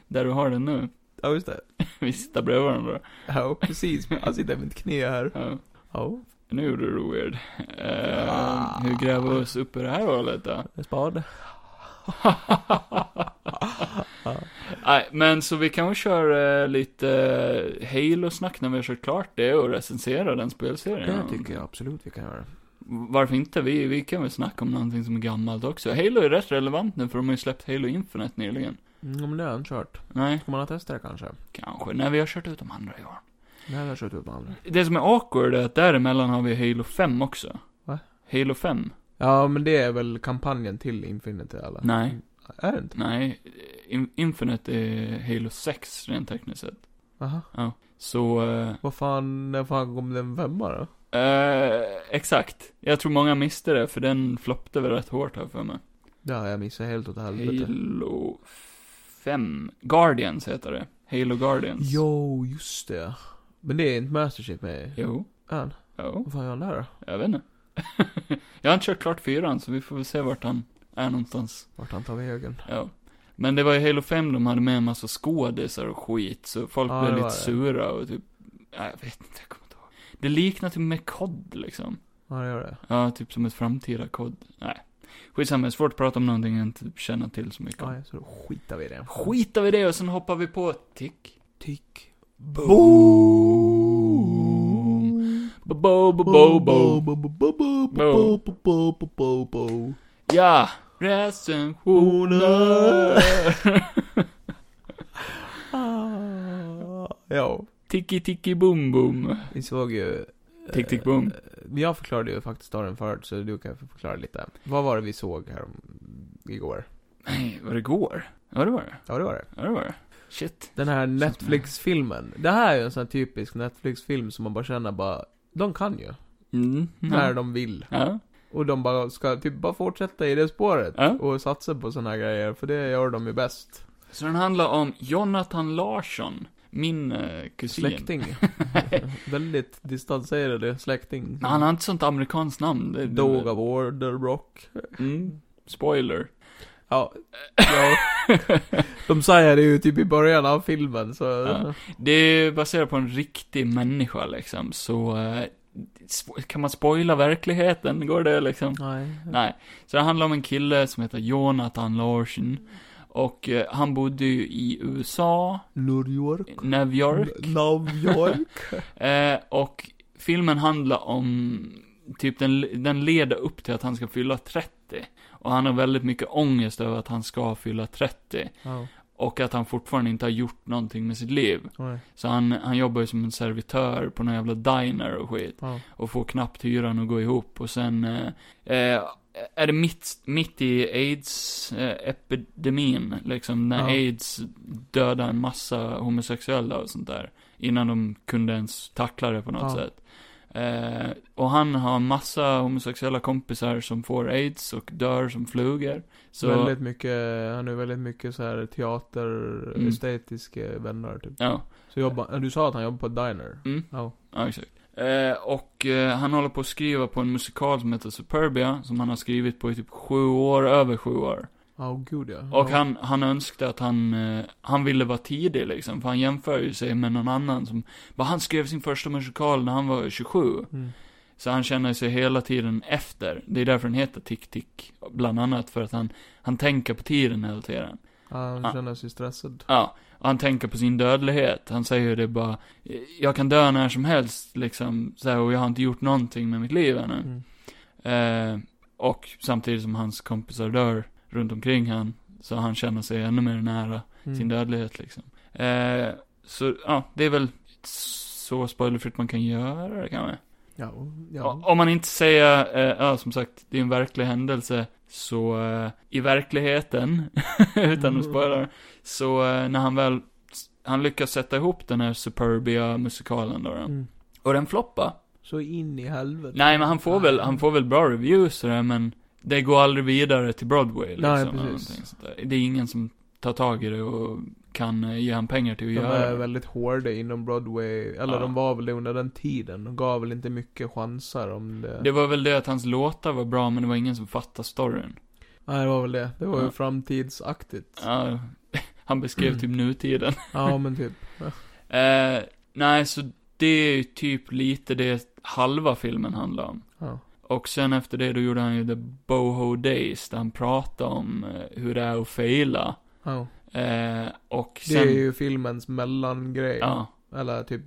A: Där du har den nu.
B: Ja just det.
A: Vi sitter bredvid varandra.
B: Ja precis. Han sitter i mitt knä här.
A: Ja.
B: Oh,
A: Nu gjorde du det weird. Eh,
B: Ja.
A: Hur gräver vi oss upp ur det här hålet då?
B: en spade.
A: Nej, men så vi kanske kör eh, lite eh, Halo-snack när vi har kört klart det och recenserar den spelserien.
B: Det tycker jag absolut vi kan göra.
A: Varför inte? Vi, vi kan väl snacka om någonting som är gammalt också. Halo är rätt relevant nu för de har ju släppt Halo Infinite nyligen.
B: Mm, men det har jag inte kört.
A: Nej,
B: Ska man ha testat det kanske?
A: kanske. När vi har kört ut de andra i år.
B: Det här har jag kört ut med andra.
A: Det som är awkward är att däremellan har vi Halo 5 också.
B: Va?
A: Halo 5?
B: Ja, men det är väl kampanjen till Infinity eller?
A: Nej.
B: Är det inte?
A: Nej, In- Infinite är Halo 6 rent tekniskt sett.
B: Aha.
A: Så, eh,
B: Vad fan, när fan kom den femma då?
A: eh, exakt. Jag tror många missade det, för den floppade väl rätt hårt här för mig.
B: Ja, jag missade helt åt helvete.
A: Halo 5, Guardians heter det. Halo Guardians.
B: Jo, just det. Men det är inte Master Chief med i?
A: Jo.
B: Än?
A: Jo,
B: Vad fan gör han där då?
A: jag vet inte. jag har inte kört klart fyran, så vi får väl se vart han är någonstans.
B: Vart han tar vägen?
A: Ja. Men det var ju Halo 5 de hade med en massa skådisar och skit, så folk
B: Ja,
A: blev
B: det
A: lite
B: var det.
A: sura och typ, nej jag vet inte, jag kommer inte ihåg. Det liknar typ med kod liksom.
B: Ja, det gör det.
A: Ja, typ som ett framtida kod. Nej. Skitsamma, det är svårt att prata om någonting jag inte typ känner till så mycket om.
B: Ja, så då skitar vi i det.
A: Skitar vi i det och sen hoppar vi på tick.
B: Tick.
A: Boom! Bo, bo, bo, bo, bo.
C: Bo-bo-bo-bo-bo-bo-bo-bo-bo.
A: Ja! Recensioner!
B: Ah, ja.
A: Tiki tiki boom boom.
B: Vi såg ju...
A: Tick, tick, boom.
B: eh, Jag förklarade ju faktiskt storyn förut, så du kan få förklara lite. Vad var det vi såg här om, igår?
A: Nej, vad det går. Ja, det var det.
B: Ja, det var det.
A: Ja, det var det. Shit.
B: Den här
A: som-
B: Netflix-filmen. Det här är ju en sån här typisk Netflix-film som man bara känner bara, de kan ju.
A: Mm.
B: När de vill.
A: Ja.
B: Och de bara ska typ bara fortsätta i det spåret.
A: Ja.
B: Och satsa på såna här grejer, för det gör de ju bäst.
A: Så den handlar om Jonathan Larsson, min eh, kusin.
B: Släkting. Väldigt distanserade släkting.
A: Men han har inte sånt amerikanskt namn. Det,
B: Dog av Orderrock.
A: Mm. Spoiler.
B: Ja. ja. De säger det ju typ i början av filmen, så...
A: Ja. Det är baserat på en riktig människa liksom, så... eh, spo- Kan man spoila verkligheten? Går det liksom?
B: Nej.
A: Nej. Så det handlar om en kille som heter Jonathan Larsen. Och eh, han bodde ju i USA,
B: New York.
A: New York.
B: New York.
A: Eh, och filmen handlar om, typ den, den leder upp till att han ska fylla 30. Och han har väldigt mycket ångest över att han ska fylla 30.
B: Ja.
A: Och att han fortfarande inte har gjort någonting med sitt liv.
B: oj,
A: Så han, han jobbar ju som en servitör på någon jävla diner och skit.
B: ja.
A: Och får knappt hyran att gå ihop. Och sen eh, eh, är det mitt, mitt i aids-epidemin. liksom när
B: Ja.
A: aids dödade en massa homosexuella och sånt där. Innan de kunde ens tackla det på något
B: Ja.
A: sätt. Eh, och han har massa homosexuella kompisar som får aids och dör som flugor. Så,
B: Väldigt mycket, han har väldigt mycket så här teater,
A: Mm.
B: estetiska vänner typ.
A: ja,
B: Så jobbar, du sa att han jobbar på ett diner?
A: mm.
B: Ja.
A: Ja, exakt. Eh, och eh, han håller på att skriva på en musikal som heter Superbia, som han har skrivit på i typ sju år, över sju år.
B: Ja, oh, gud ja.
A: Och
B: ja.
A: han, han önskade att han, eh, han ville vara tidig liksom, för han jämför ju sig med någon annan som, bara han skrev sin första musikal när han var 27.
B: Mm.
A: Så han känner sig hela tiden efter. Det är därför den heter Tick Tick, bland annat för att han, han tänker på tiden hela tiden.
B: Ja, Han
A: Ah.
B: känner sig stressad.
A: Ja, och han tänker på sin dödlighet. Han säger ju det bara, eh, jag kan dö när som helst liksom, så här, och jag har inte gjort någonting med mitt liv ännu.
B: Mm.
A: Eh, och samtidigt som hans kompisar dör runt omkring han, så han känner sig ännu mer nära
B: Mm.
A: sin dödlighet liksom. Eh, så, ja, det är väl så spoilerfritt man kan göra det kan man.
B: Ja,
A: O-
B: ja.
A: Om man inte säger, eh, ja som sagt, det är en verklig händelse, så eh, i verkligheten, utan
B: Mm.
A: att spoila, så eh, när han väl, han lyckas sätta ihop den här Superbia musikalen då, då.
B: Mm.
A: och den floppar.
B: Så in i helvete.
A: Nej men han får väl, han får väl bra reviews och det här, men det går aldrig vidare till Broadway liksom.
B: Nej,
A: eller
B: precis.
A: någonting sånt där. Det är ingen som tar tag i det och kan eh, ge han pengar till att
B: De
A: göra
B: är
A: det.
B: väldigt hårda inom Broadway, eller
A: Ja.
B: de var väl det under den tiden. De gav väl inte mycket chanser om det.
A: Det var väl det att hans låtar var bra, men det var ingen som fattade storyn.
B: Nej, det var väl det. Det var ju
A: Ja.
B: framtidsaktigt.
A: Ja,
B: Mm.
A: han beskrev typ nutiden.
B: Ja, men typ.
A: Eh, nej, så det är ju typ lite det halva filmen handlar om.
B: Ja.
A: Och sen efter det då gjorde han ju The Boho Days, där han pratar om eh, hur det är att faila.
B: Ja.
A: Eh, och
B: Det är
A: sen,
B: ju filmens mellangrej.
A: ja,
B: Eller typ,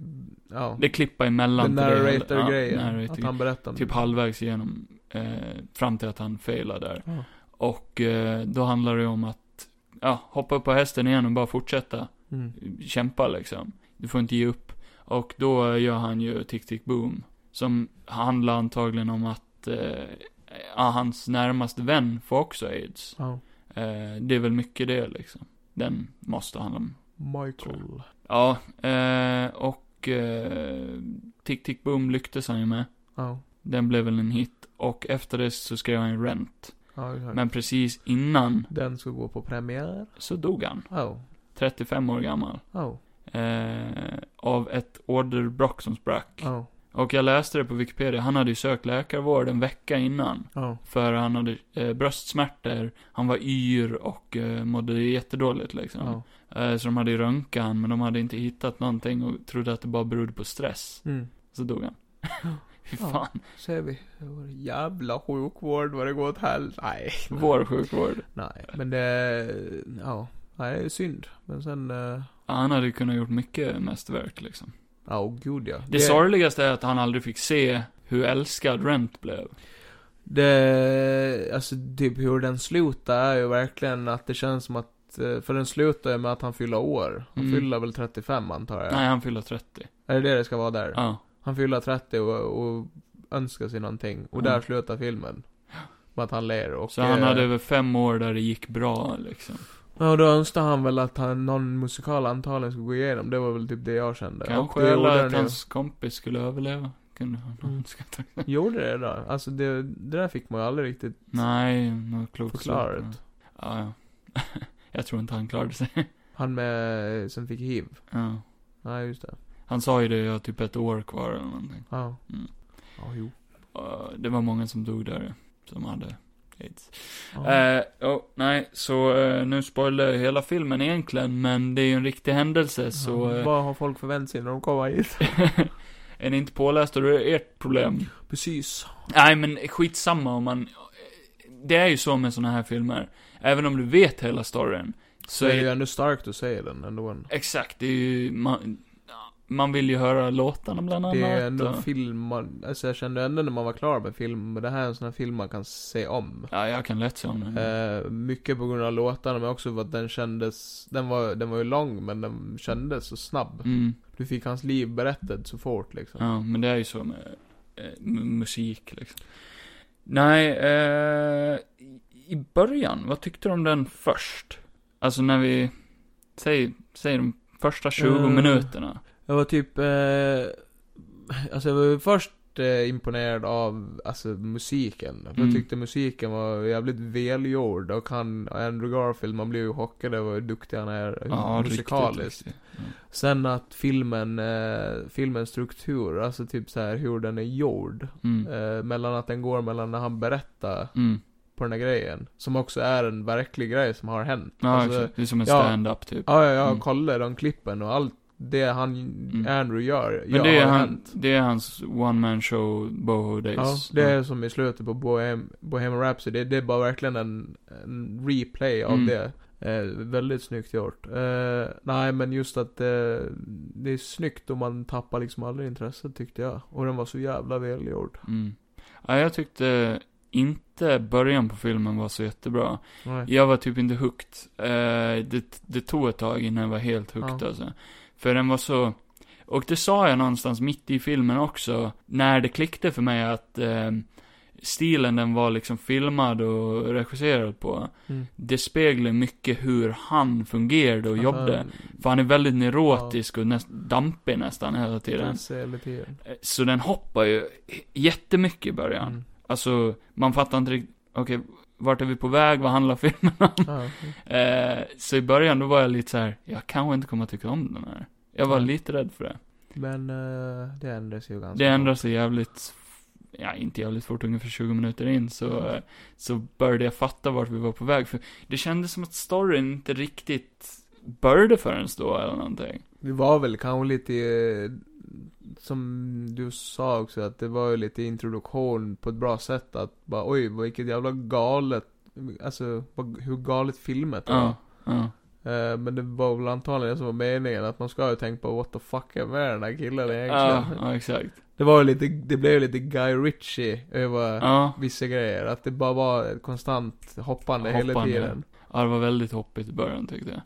B: ja.
A: det klippar emellan.
B: Den
A: till det hela.
B: narrator-grejen.
A: Ja, narrator
B: att han berättar om
A: Typ halvvägs igenom, eh, fram till att han failar där.
B: Ja.
A: Och eh, då handlar det ju om att, ja, hoppa upp på hästen igen och bara fortsätta
B: Mm.
A: kämpa liksom. Du får inte ge upp. Och då gör han ju Tick Tick Boom. Som handlar antagligen om att eh, ja, hans närmaste vän får också aids.
B: Ja.
A: Eh, det är väl mycket det liksom. Den måste handla om.
B: Michael.
A: Ja, eh, och eh, Tick Tick Boom lyckades han ju med.
B: Ja.
A: Den blev väl en hit. Och efter det så skrev han ju Rent.
B: Ja, exakt.
A: Men precis innan
B: Den ska gå på premiär.
A: så dog han.
B: Oh.
A: 35 år gammal.
B: Oh.
A: Eh, av ett åderbråck som sprack.
B: Oh.
A: Och jag läste det på Wikipedia, han hade ju sökt läkarvård en vecka innan.
B: Oh.
A: För han hade eh, bröstsmärtor, han var yr och eh, mådde jättedåligt liksom.
B: Oh.
A: Eh, så de hade ju röntgat han, men de hade inte hittat någonting och trodde att det bara berodde på stress.
B: Mm.
A: Så dog han. Fy
B: Ja.
A: fan.
B: Ser vi. Vår jävla sjukvård vad det går åt helvete. Nej.
A: Vår sjukvård.
B: Nej. Men det, ja. Nej, det är synd. Men sen, eh,
A: Ja, Han hade ju kunnat gjort mycket mästerverk liksom.
B: ja, oh, gud ja.
A: Det sorgligaste är att han aldrig fick se hur älskad Rent blev.
B: Det, alltså typ hur den slutar är ju verkligen att det känns som att, eh, för den slutar ju med att han fyller år. Han
A: Mm.
B: fyller väl 35 antar jag?
A: Nej, han fyller 30.
B: Är det det det ska vara där?
A: Ja.
B: Han fyller 30 och, och önskar sig någonting. Och
A: Mm.
B: där slutar filmen. Med att han ler och...
A: Så han hade
B: eh,
A: över fem år där det gick bra liksom.
B: Ja, och då önskar han väl att han, någon musikal antagligen skulle gå igenom. Det var väl typ det jag kände.
A: Kanske
B: och det gjorde
A: eller
B: den
A: att
B: ju.
A: hans kompis skulle överleva. Kunde han
B: Mm.
A: önskat.
B: Gjorde det då? Alltså det, det där fick man ju aldrig riktigt...
A: Nej, något klokt
B: Förklara
A: slut.
B: det.
A: Ja, ja. Jag tror inte han klarade sig.
B: Han med, som fick hiv.
A: Ja.
B: Nej, just det.
A: Han sa ju det, jag har typ ett år kvar eller någonting.
B: Ja.
A: Mm.
B: Ja, jo.
A: Och det var många som dog där, som hade aids.
B: Ja.
A: Eh, oh, nej, så eh, nu spoilar jag hela filmen egentligen, men det är ju en riktig händelse så...
B: Ja,
A: Eh,
B: Vad har folk förväntat sig när de kommer hit?
A: är ni inte pålästa, då är det ert problem.
B: Precis.
A: Nej, men skitsamma om man... Det är ju så med såna här filmer. Även om du vet hela storyn,
B: Så
A: så
B: det är
A: är
B: ju ändå starkt att säga den ändå.
A: Exakt, det är ju... Man, man vill ju höra låtarna bland annat.
B: Det är ju ändå en
A: och-
B: film man, alltså jag kände ändå när man var klar med film, det här är en sån här film man kan se om.
A: Ja, jag kan lätt se om den.
B: Eh, mycket på grund av låtarna men också för att den kändes, den var, den var ju lång men den kändes så snabb.
A: Mm,
B: Du fick hans liv berättat så fort liksom.
A: ja, men det är ju så med eh, mu- musik liksom. Nej, eh, i- i början, vad tyckte du om den först? Alltså när vi, säg, säg de första 20
B: Eh.
A: minuterna.
B: Jag var typ, eh, alltså jag var ju först eh, imponerad av, alltså musiken. För
A: Mm.
B: Jag tyckte musiken var jävligt välgjord och han, Andrew Garfield, man blev ju chockad över hur duktig han är
A: Ja,
B: musikaliskt.
A: riktigt. riktigt.
B: Sen att filmen, eh, filmens struktur, alltså typ så här hur den är gjord.
A: Mm,
B: Eh, mellan att den går mellan när han berättar
A: mm.
B: på den här grejen. Som också är en verklig grej som har hänt.
A: Ja,
B: Alltså,
A: exakt. Det är som en
B: ja.
A: stand-up typ.
B: ja, ja, jag
A: Mm.
B: kollar de klippen och allt det han, Andrew gör,
A: Men
B: gör
A: det är,
B: har
A: han,
B: hänt.
A: det är hans one-man show, Boho
B: Ja,
A: Days.
B: det är som i slutet på Bohem, Bohemian Rhapsody. Det är bara verkligen en, en replay av
A: Mm.
B: det. Eh, väldigt snyggt gjort. Eh, nej, men just att eh, det är snyggt och man tappar liksom aldrig intresset tyckte jag. Och den var så jävla välgjord.
A: Mm. Ja, jag tyckte inte början på filmen var så jättebra.
B: Nej.
A: Jag var typ inte hooked. Eh, det, det tog ett tag innan jag var helt hooked
B: Ja.
A: alltså. För den var så... Och det sa jag någonstans mitt i filmen också, när det klickade för mig att eh, stilen den var liksom filmad och regisserad på,
B: Mm.
A: det speglar mycket hur han fungerade och
B: Att
A: jobbade.
B: han
A: För han är väldigt neurotisk och näst, dampig nästan hela tiden.
B: kan se hela tiden.
A: Eh, Så den hoppar ju jättemycket i början.
B: Mm.
A: Alltså, man fattar inte riktigt, okej, vart är vi på väg, vad handlar filmen om?
B: Ja,
A: Eh, så i början då var jag lite så här, jag kanske inte kommer att tycka om den här. Jag var
B: Nej.
A: lite rädd för det.
B: men eh, det ändras ju ganska
A: Det ändras sig jävligt, ja inte jävligt fort, ungefär 20 minuter in så, eh, så började jag fatta vart vi var på väg. För det kändes som att storyn inte riktigt började förrän då eller någonting.
B: Vi var väl kanske lite eh, som du sa också, att det var ju lite introduktion på ett bra sätt att bara oj, vilket jävla galet, alltså vad, hur galet filmet var.
A: Ja. Ja.
B: Eh, Men det var väl antagligen som var meningen, att man ska ju tänka på what the fuck är med den här killen
A: Ja,
B: egentligen?
A: ja, exakt.
B: Det var ju lite, det blev ju lite Guy Ritchie över
A: Ja.
B: vissa grejer, att det bara var ett konstant hoppande, hela
A: Hoppande.
B: tiden.
A: ja, det var väldigt hoppigt i början tyckte jag.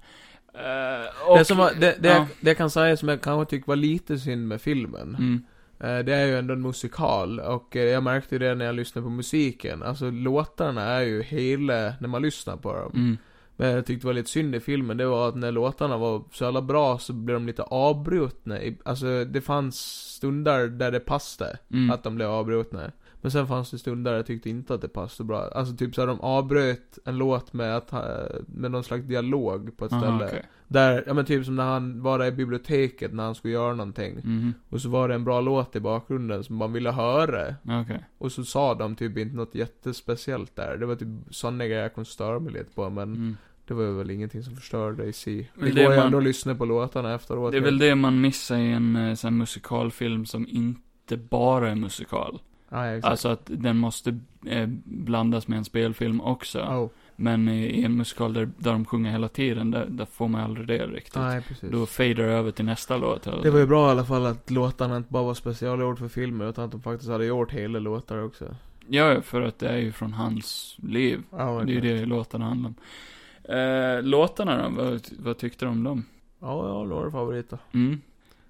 A: Eh,
B: det som var, det, det,
A: ja.
B: jag, det jag kan säga som jag kanske tyckte var lite synd med filmen,
A: Mm.
B: eh, det är ju ändå en musikal, och eh, jag märkte ju det när jag lyssnade på musiken, alltså låtarna är ju hela, när man lyssnar på dem.
A: Mm.
B: Men jag tyckte det var lite synd i filmen, det var att när låtarna var så jävla bra så blev de lite avbrutna. i- Alltså det fanns stunder där det passade
A: Mm.
B: att de blev avbrutna. Men sen fanns det stunder där jag tyckte inte att det passade bra. Alltså typ så här, de avbröt en låt med att ha, med någon slags dialog på ett
A: Aha,
B: ställe.
A: okej.
B: Där, ja men typ som när han var där i biblioteket när han skulle göra någonting.
A: Mhm.
B: Och så var det en bra låt i bakgrunden som man ville höra.
A: Okej.
B: Och så sa de typ inte något jättespeciellt där. Det var typ sådana grejer jag kunde störa mig lite på men.
A: Mm.
B: Det var väl ingenting som förstörde i sig.
A: Men
B: Det,
A: det
B: går ju
A: man-
B: ändå att lyssna på låtarna efteråt.
A: Det är väl det man missar i en eh, sån här musikalfilm som inte bara är musikal.
B: Ja, exakt.
A: Alltså att den måste eh, blandas med en spelfilm också.
B: oh.
A: Men i, i en musikal där, där de sjunger hela tiden, där, där får man aldrig det riktigt.
B: Nej, precis.
A: Då fader det över till nästa låt. alltså. eller
B: Det var ju
A: så.
B: bra i alla fall att låtarna inte bara var specialord för filmer utan att de faktiskt hade gjort hela låtar också.
A: Ja, ja, för att det är ju från hans liv.
B: Ja,
A: Det är ju det låtarna handlar om. Eh, låtarna då, vad, vad tyckte du om dem?
B: Ja, jag har några favoriter.
A: Mm.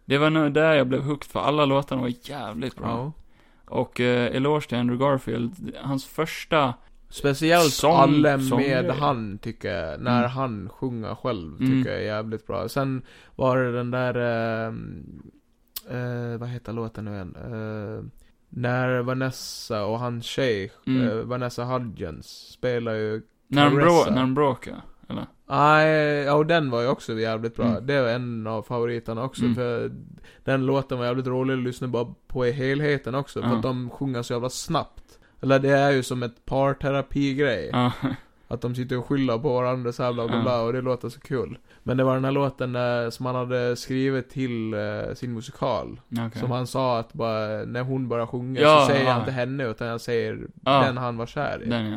A: Det var nog där jag blev hooked, för alla låtarna var jävligt bra.
B: Ja.
A: Och eh, eloge till Andrew Garfield. Hans första,
B: Speciellt
A: Sång-
B: alla
A: sång-
B: med han tycker jag, när
A: Mm.
B: han sjunger själv
A: Mm.
B: tycker jag är jävligt bra. Sen var det den där, eh, eh, vad heter låten nu igen? Eh, när Vanessa och hans tjej,
A: Mm.
B: eh, Vanessa Hudgens, spelar ju
A: när de, brå,
B: Caressa.
A: när de bråkade, eller?
B: Nej, ja och den var ju också jävligt bra.
A: Mm.
B: Det var en av favoriterna också
A: Mm.
B: för den låten var jävligt rolig att lyssna bara på i helheten också för
A: Ja.
B: att de sjunger så jävla snabbt. Eller det är ju som ett parterapigrej.
A: Ja.
B: Att de sitter och skyller på varandra så här bla bla
A: Ja.
B: bla och det låter så kul. Men det var den här låten eh, som han hade skrivit till eh, sin musikal.
A: Okej.
B: Som han sa att bara, när hon börjar sjunga
A: Ja,
B: så säger
A: ja.
B: han inte henne utan han säger
A: Ja,
B: den han var kär i.
A: den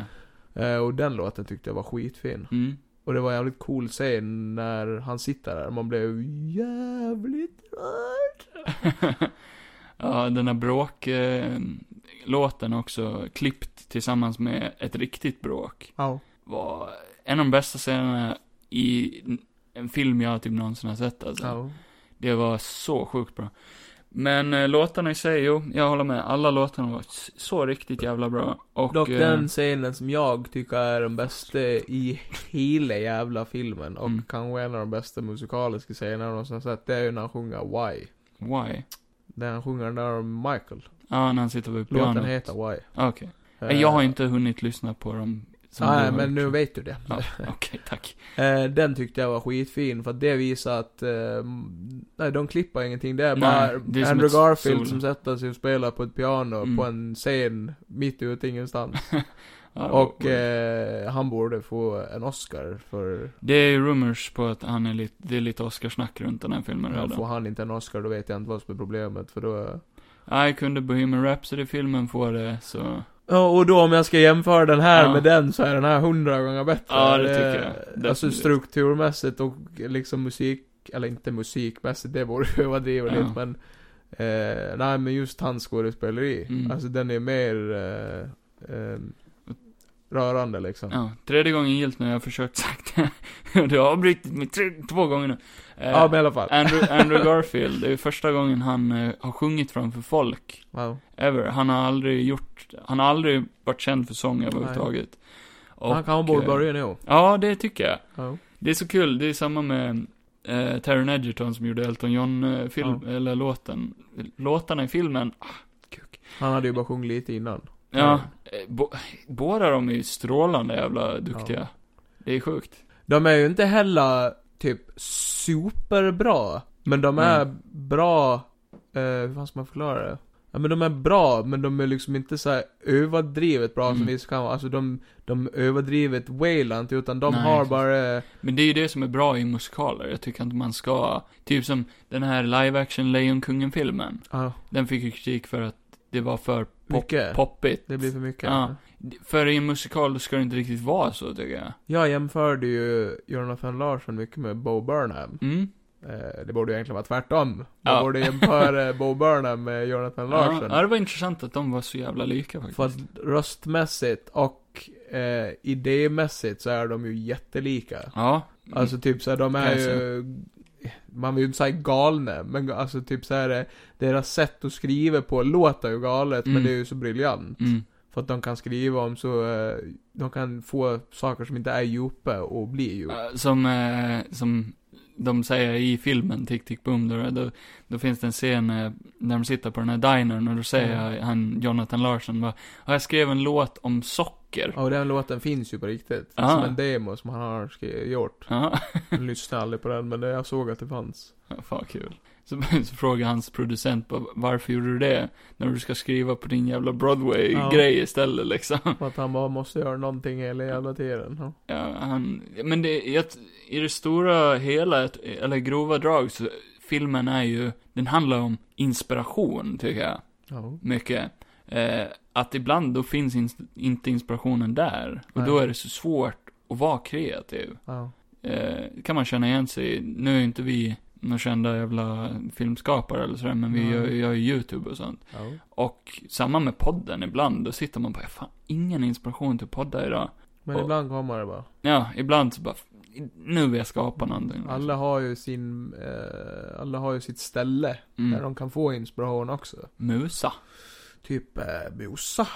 A: ja.
B: Eh, och den låten tyckte jag var skitfin.
A: Mm.
B: Och det var en jävligt cool scen när han sitter där. Man blev jävligt rörd.
A: ja, den här bråk, eh, låten också, klippt tillsammans med ett riktigt bråk,
B: Ja.
A: var en av de bästa scenerna i n- en film jag typ någonsin har sett alltså.
B: Ja.
A: Det var så sjukt bra. Men eh, låtarna i sig, jo, jag håller med. Alla låtarna var s- så riktigt jävla bra. Och,
B: Dock
A: eh,
B: den scenen som jag tycker är den bästa i hela jävla filmen och
A: Mm.
B: kanske en av de bästa musikaliska scenerna jag någonsin har sett, det är ju när han sjunger Why.
A: Why?
B: När han sjunger den där om Michael.
A: Ja, när han sitter vid
B: Låten
A: pianot.
B: heter Why.
A: Okej. Nej,
B: Eh,
A: Jag har inte hunnit lyssna på dem. som du
B: Nej,
A: har
B: Ah, men nu
A: gjort.
B: vet du det.
A: Ja, Okej, tack.
B: Eh, den tyckte jag var skitfin för att det visar att eh, nej, de klipper ingenting. Det är
A: Nej,
B: bara
A: det är som
B: Andrew
A: ett
B: Garfield
A: solo.
B: som sätter sig och spelar på ett piano
A: Mm.
B: på en scen mitt ute i ingenstans.
A: Ja,
B: och eh, han borde få en Oscar för...
A: Det är ju rumors på att han är lite, det är lite Oscarsnack runt den här filmen
B: Ja,
A: redan.
B: får han inte en Oscar då vet jag inte vad som är problemet för då...
A: Nej, kunde Bohemian Rhapsody-filmen få det så...
B: Ja, och då om jag ska jämföra den här
A: Ja.
B: med den så är den här hundra gånger bättre.
A: Ja, det tycker jag.
B: Alltså
A: Definitivt.
B: strukturmässigt och liksom musik, eller inte musikmässigt, det vore ju överdrivet
A: Ja.
B: lite men eh, Nej men just hans skådespeleri,
A: Mm.
B: alltså den är mer eh, eh, rörande liksom. Ja,
A: Ja, tredje gången gillt nu, jag har försökt sagt det. Du har avbrutit mig tre, två gånger nu. Eh,
B: men i alla fall.
A: Andrew, Andrew Garfield, det är ju första gången han eh, har sjungit framför folk.
B: Ja.
A: Ever. Han har aldrig gjort, han har aldrig varit känd för sång överhuvudtaget. Och,
B: han kan borde
A: eh,
B: börja nu.
A: Ja, det tycker jag.
B: Ja.
A: Det är så kul, det är samma med eh, Taron Egerton som gjorde Elton John eh, film, eller låten. Låtarna i filmen, ah, kuk.
B: Han hade ju bara sjungit lite innan.
A: Ja, eh, bo, båda de är ju strålande jävla duktiga. Det är sjukt.
B: De är ju inte heller typ superbra, men de är bra, eh, hur fan ska man förklara det? Ja men de är bra, men de är liksom inte så här överdrivet bra som
A: Mm.
B: vissa kan vara. Alltså de, de överdrivet wailant utan de
A: Nej,
B: har
A: precis.
B: bara... eh,
A: Men det är ju det som är bra i musikaler. Jag tycker att man ska, typ som den här live action Lejonkungen-filmen.
B: Ja,
A: Den fick ju kritik för att det var för pop,
B: ah, mycket.
A: poppigt.
B: Det blir för mycket.
A: Ja. För i en musikal ska det inte riktigt vara så, tycker jag.
B: Jag jämförde ju Jonathan Larsson mycket med Bo Burnham.
A: Mm.
B: Eh, det borde ju egentligen vara tvärtom. Man
A: Ja.
B: borde jämföra Bo Burnham med Jonathan Larsson.
A: Ja, det var intressant att de var så jävla lika faktiskt.
B: För att röstmässigt och eh, idémässigt så är de ju jättelika.
A: Ja.
B: Alltså typ såhär, de är
A: Kanske.
B: ju... Man vill ju inte säga galna, men alltså typ såhär, eh, deras sätt att skriva på låter ju galet, men
A: Mm.
B: det är ju så briljant.
A: Mm.
B: För att de kan skriva om så, eh, de kan få saker som inte är djupa och bli djupa.
A: Eh, Som, eh, som de säger i filmen Tick Tick Boom, då, då, då finns det en scen eh, när de sitter på den här dinern och då säger han, Jonathan Larsson, bara, "Ja, jag skrev en låt om socker.
B: Ja, och den låten finns ju på riktigt.
A: Ah.
B: Som en demo som han har skri- gjort.
A: Ja.
B: Jag lyssnade aldrig på den, men jag såg att det fanns.
A: Fan kul. Så, så frågar hans producent bara, varför gjorde du det? När du ska skriva på din jävla Broadway-grej istället liksom.
B: Och att han bara måste göra någonting hela jävla tiden. Ja.
A: Ja, han, men det, jag, i det stora hela, ett- eller grova drag, så filmen är ju, den handlar om inspiration tycker jag.
B: Ja.
A: mycket. Eh, att ibland då finns ins- inte inspirationen där. Och
B: Nej.
A: då är det så svårt att vara kreativ.
B: ja.
A: Eh, kan man känna igen sig i. Nu är ju inte vi några kända jävla filmskapare eller sådär, men vi
B: Nej.
A: gör, gör ju YouTube och sånt.
B: ja.
A: Och samma med podden ibland, då sitter man bara, fan, ingen inspiration till podda idag.
B: Men
A: Och-
B: ibland kommer det bara.
A: Ja, ibland så bara, "F- nu vill jag skapa någonting.
B: Alla har ju sin, eh, alla har ju sitt ställe där
A: Mm.
B: de kan få inspiration också.
A: Musa.
B: Typ eh, Musa.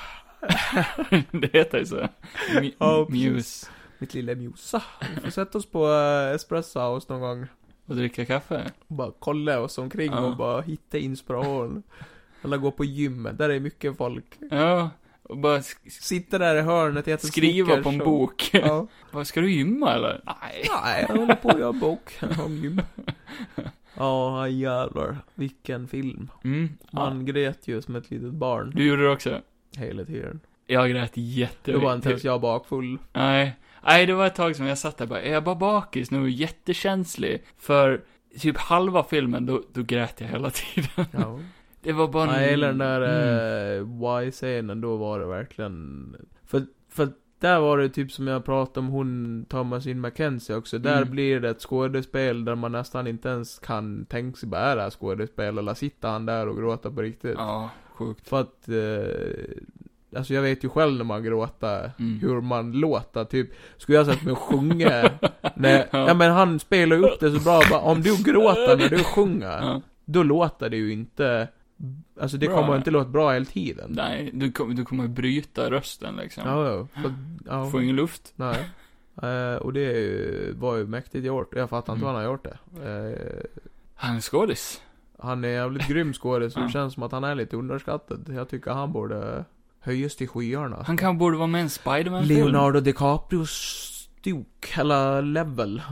A: det heter ju så. Mi-
B: Ja, precis.
A: muse.
B: Mitt lilla Musa. Vi får sätta oss på eh, Espresso House någon gång.
A: Och dricka kaffe.
B: Och bara kolla oss omkring
A: Ja.
B: och bara hitta inspiration. Eller gå på gymmet, där är mycket folk.
A: Ja, och bara sk-
B: Sitta där i hörnet, äta
A: Skriva
B: Snickers
A: på en
B: och-
A: bok.
B: Ja.
A: Vad, ska du gymma eller? Nej.
B: Nej, jag håller på att göra en bok om gym. Ja, jävlar. Vilken film.
A: Mm. Ja.
B: Man grät ju som ett litet barn
A: Du gjorde det också?
B: hela tiden.
A: Jag grät jätte...
B: Då var inte ens jag bakfull.
A: Nej. Nej, det var ett tag som jag satt där och bara, är jag bara bakis nu? och Jättekänslig. För typ halva filmen, då, då grät jag hela tiden.
B: Ja.
A: Det var bara... en-
B: Nej, eller den där
A: Mm.
B: eh, Y-scenen, då var det verkligen... För, för där var det typ som jag pratade om hon, Thomasin McKenzie också. Där
A: Mm.
B: blir det ett skådespel där man nästan inte ens kan tänka sig bara, är det här skådespel? Eller sitter han där och gråter på riktigt?
A: Ja, sjukt.
B: För att, eh, alltså jag vet ju själv när man gråter,
A: Mm.
B: hur man låter, typ. Skulle jag satt mig och sjunga? Nej,
A: Ja.
B: ja. men han spelar ju upp det så bra, bara, om du gråter när du sjunger,
A: Ja.
B: då låter det ju inte, alltså det
A: Bra.
B: kommer inte låta bra hela tiden.
A: Nej, du, kom, du kommer bryta rösten liksom.
B: Ja, ja. För, ja.
A: Få ingen luft.
B: Nej. Eh, och det är ju, var ju mäktigt gjort, jag fattar inte
A: Mm.
B: hur han har gjort det. Eh,
A: Han är skådis.
B: han är jävligt grym skådis, så
A: Ja.
B: det känns som att han är lite underskattad. Jag tycker han borde höjas till skyarna.
A: Han kanske borde vara med i en Spiderman-film.
B: Leonardo DiCaprios stuk, eller level.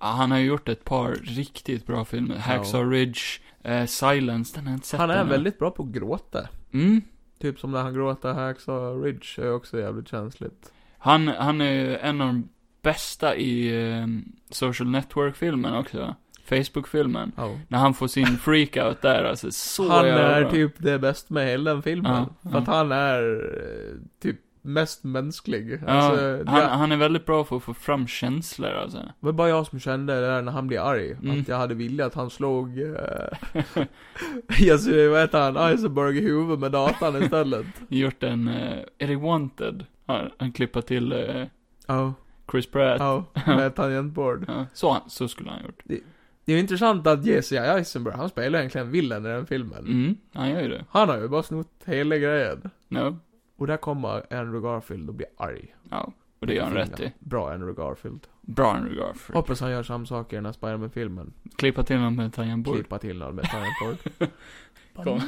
A: Ja, han har ju gjort ett par riktigt bra filmer. Hacksaw Ridge, eh, Silence, den har jag inte sett
B: Han är
A: ännu.
B: väldigt bra på att gråta.
A: Mm.
B: Typ som när han gråter här så Ridge är också jävligt känsligt.
A: Han, han är ju en av de bästa i eh, Social Network-filmen också. Facebook-filmen.
B: Ja.
A: När han får sin freakout där, alltså så
B: Han
A: jävla
B: är
A: bra.
B: typ det bästa med hela den filmen.
A: Ja,
B: för
A: ja.
B: att han är eh, typ mest mänsklig.
A: Ja,
B: Alltså,
A: han,
B: det
A: han är väldigt bra på att få fram känslor alltså.
B: det var bara jag som kände det där när han blev arg.
A: Mm.
B: Att jag hade velat att han slog... Eh, alltså, vad heter han? Eisenberg i huvudet med datan istället.
A: Gjort en, eh, är det Wanted? Han, han klippa till eh,
B: Ja,
A: Chris Pratt.
B: ja. Med tangentbord.
A: Ja, så, han, så skulle han gjort.
B: Det är ju intressant att Jesse Eisenberg, han spelar egentligen villen i den filmen.
A: Mm, han gör ju det.
B: Han har ju bara snott hela grejen.
A: No.
B: Och där kommer Andrew Garfield och blir arg.
A: Ja, och det gör han rätt i.
B: Bra Andrew Garfield.
A: Bra Andrew Garfield.
B: Hoppas han gör samma sak i den här Spiderman-filmen.
A: Klippa till honom med ett tangentbord.
B: Klippa till honom med tangentbord.
A: Kom.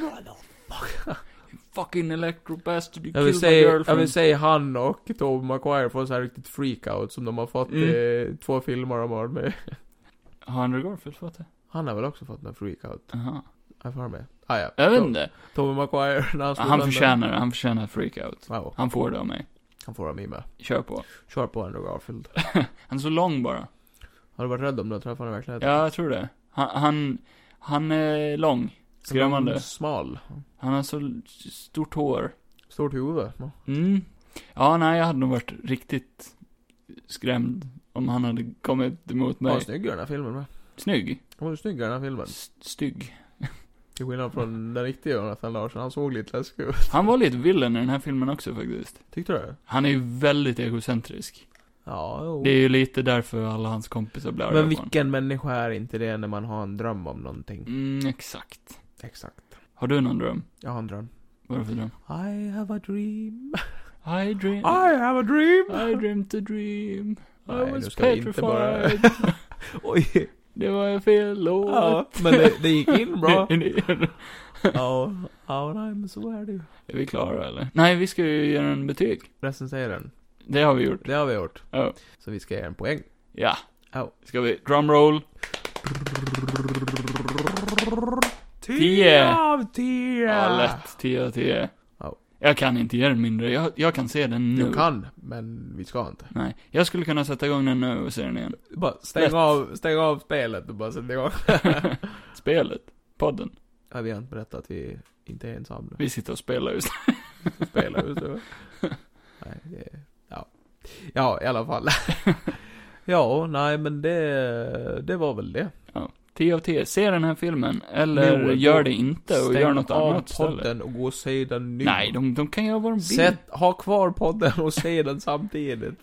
A: Fucking electro bastard, you
B: Jag vill,
A: killed my
B: säga, jag
A: girlfriend.
B: vill säga han och Tobey Maguire får så här riktigt freakout som de har fått
A: Mm.
B: i två filmer de har med.
A: Har Andrew Garfield fått det?
B: Han har väl också fått en freakout?
A: Aha.
B: Jag får med. Ah, ja.
A: Jag vet
B: To-
A: inte.
B: Tommy Maguire, när han slog
A: Han
B: den-
A: förtjänar det, han förtjänar freakout.
B: Wow,
A: Han får det av mig.
B: han får av mig med.
A: Kör på.
B: Kör på Andrew Garfield.
A: Han är så lång bara.
B: Har du varit rädd om du har träffat honom i verkligheten?
A: Ja, jag tror det. Han, han, han är lång.
B: Han är
A: Skrämmande.
B: Smal.
A: Han har så stort hår.
B: Stort huvud. Ja.
A: Mm. Ja, nej, jag hade nog varit riktigt skrämd om han hade kommit emot
B: Han var
A: mig.
B: snygg i den här filmen med.
A: Snygg.
B: Han var snygg i den här filmen.
A: S- Stygg.
B: Till skillnad från den riktiga Jonathan Larsson, han såg lite läskig ut.
A: Han var lite villain i den här filmen också faktiskt.
B: Tyckte du det?
A: Han är ju väldigt egocentrisk.
B: Ja, jo.
A: Det är ju lite därför alla hans kompisar blir arga
B: Men
A: på honom.
B: vilken människa är inte det när man har en dröm om någonting?
A: Mm, exakt.
B: Exakt.
A: Har du någon dröm?
B: Jag har en dröm.
A: Vad är det för dröm?
B: I have a dream.
A: I dream...
B: I have a dream!
A: I dreamt a dream.
B: Ah. Nej,
A: I
B: nu
A: was
B: ska vi inte bara-
A: petrified.
B: Oj.
A: Det var fel låt.
B: Ja, men det, det gick in bra.
A: är
B: Ja, ja, nej men så är det ju.
A: vi klara eller? Nej, vi ska ju göra en betyg.
B: Recensera den.
A: Det har vi gjort.
B: Det har vi gjort.
A: Ja.
B: Så vi ska ge en poäng.
A: Ja.
B: Ja.
A: Ska vi? Drumroll. 10.
B: av 10!
A: Ja, lätt. 10 av 10.
B: Ja.
A: Jag kan inte ge den mindre. Jag, jag kan se den nu.
B: Du kan, men vi ska inte.
A: Nej. Jag skulle kunna sätta igång den nu och se den igen.
B: Bara stäng
A: Lätt.
B: av, stäng av spelet och bara sätt igång.
A: Spelet. Podden.
B: ja, vi har inte berättat att vi inte är ensamma.
A: Vi sitter och spelar just
B: Vi spelar just nu. Nej, det är... Ja. Ja, i alla fall. ja, nej men det, det var väl det.
A: 10 av 10. Se den här filmen. Eller
B: Nu, då-
A: gör det inte och gör något
B: av
A: annat
B: podden
A: istället.
B: och gå och se den nu.
A: Nej, de, de kan göra vad de vill.
B: Sätt, ha kvar podden och se den samtidigt.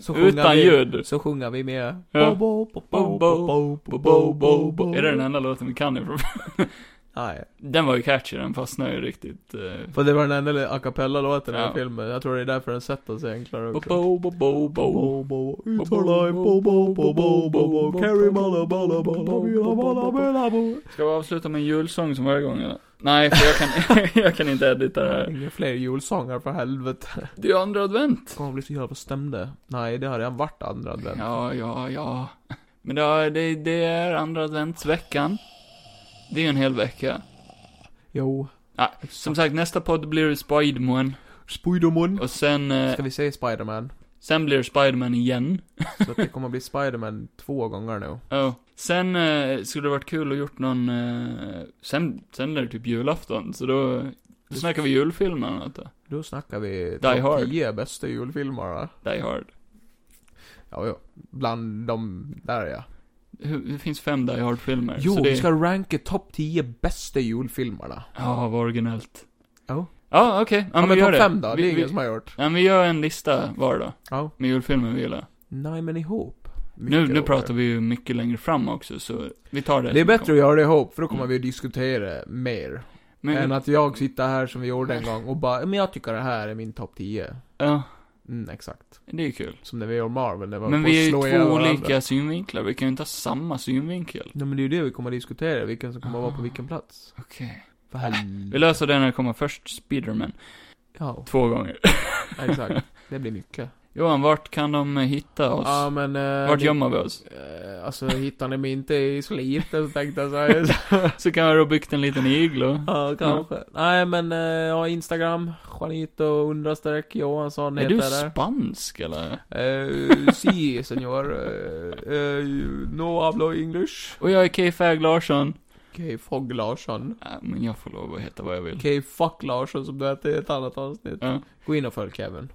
B: Så sjunger
A: Ehm, Utan
B: vi-
A: ljud.
B: Så sjunger vi med.
A: Ja.
B: Bo, bo,
A: Bo,
B: bo,
A: bo,
B: bo, bo,
A: Bo, bo, bo, bo. Är det den enda låten vi kan ifrån?
B: Nej.
A: Den var ju catchy, den fastnade ju riktigt. eh.
B: För det var den enda lilla a cappella-låten i den här
A: Ja.
B: filmen. Jag tror det är därför den sätter sig enklare
A: Bo,
B: också.
A: bo, bo, bo, bo.
C: Bo, bo, it's
A: Bo,
C: our
A: bo,
C: life.
A: bo,
C: Bo,
A: bo,
C: bo, bo,
A: bo,
C: bo, bo,
A: bo,
C: bo. Carry
A: bo, bo,
C: mala, bala, bala,
A: bo, bo,
C: bala,
A: bo,
C: bala, bala, bo.
A: Ska vi avsluta med en julsång som varje gång eller? Nej, för jag kan, jag kan inte edita det här.
B: Inga fler julsånger för helvete.
A: Det är ju andra advent.
B: Kommer bli så jävla stämde. Nej, det har redan varit andra advent.
A: Ja, ja, ja. Men det, har- det, det är andra adventsveckan. Det är ju en hel vecka.
B: Jo.
A: Ja, Som sagt, nästa podd blir Spiderman.
B: Spiderman.
A: Och sen, eh,
B: Ska vi se Spiderman?
A: sen blir det Spiderman igen.
B: Så att det kommer bli Spiderman två gånger nu.
A: Ja. Sen eh, skulle det varit kul att gjort någon, eh, sen, sen är det typ julafton, så då, då snackar vi julfilmer eller något då.
B: Då snackar vi
A: Die Hard.
B: 10 bästa julfilmer. va?
A: Die Hard.
B: Ja, ja. Bland de där ja.
A: Hur- Det finns fem Die Hard-filmer.
B: Jo,
A: så det,
B: vi ska ranka topp 10 bästa julfilmerna.
A: Ja, vad originellt.
B: Ja.
A: Ja, okej. Ja,
B: Ja,
A: men
B: men
A: vi gör
B: topp
A: det.
B: 5 då, det
A: vi,
B: är ingen
A: vi,
B: som har gjort.
A: ja, men vi gör en lista var då,
B: Ja.
A: med julfilmer vi gillar.
B: Nej men ihop.
A: Nu, nu pratar vi ju mycket längre fram också, så vi tar det.
B: Det är
A: som
B: bättre
A: kommer.
B: att göra det ihop, för då kommer
A: Mm.
B: vi att diskutera mer.
A: men,
B: Än att jag sitter här som vi gjorde en gång och bara, men jag tycker det här är min topp 10.
A: Ja,
B: Mm, exakt.
A: det är kul.
B: Som när vi gör Marvel, när vi
A: Men
B: var på
A: vi är ju
B: att slå ihjäl
A: två
B: varandra.
A: olika synvinklar, vi kan ju inte ha samma synvinkel.
B: Nej men det är ju det vi kommer att diskutera, vilken som kommer att vara på
A: Ah.
B: vilken plats.
A: Okej.
B: För
A: Vi
B: helvete.
A: löser det när det kommer först Spiderman.
B: Ja,
A: Två gånger.
B: exakt. Det blir mycket.
A: Johan, vart kan de hitta oss?
B: Ja men... eh,
A: vart
B: ni-
A: gömmer vi oss?
B: eh, Alltså hittar ni mig inte i Slite så tänkte jag säga.
A: Så kan jag ha byggt en liten iglo.
B: Ja, kanske. Nej, men eh, jag har Instagram, Juanito understreck Johansson
A: Är
B: heter
A: du
B: det.
A: spansk eller?
B: Eh, si, senor. Eh, eh, no hablo English.
A: Och jag är K-Fag Larsson.
B: Okej, Fogg Larsson.
A: Äh, men jag får lov att heta vad jag vill.
B: Okej, Fuck Larsson som det hette i ett annat avsnitt.
A: Ja.
B: Gå in och följ Kevin.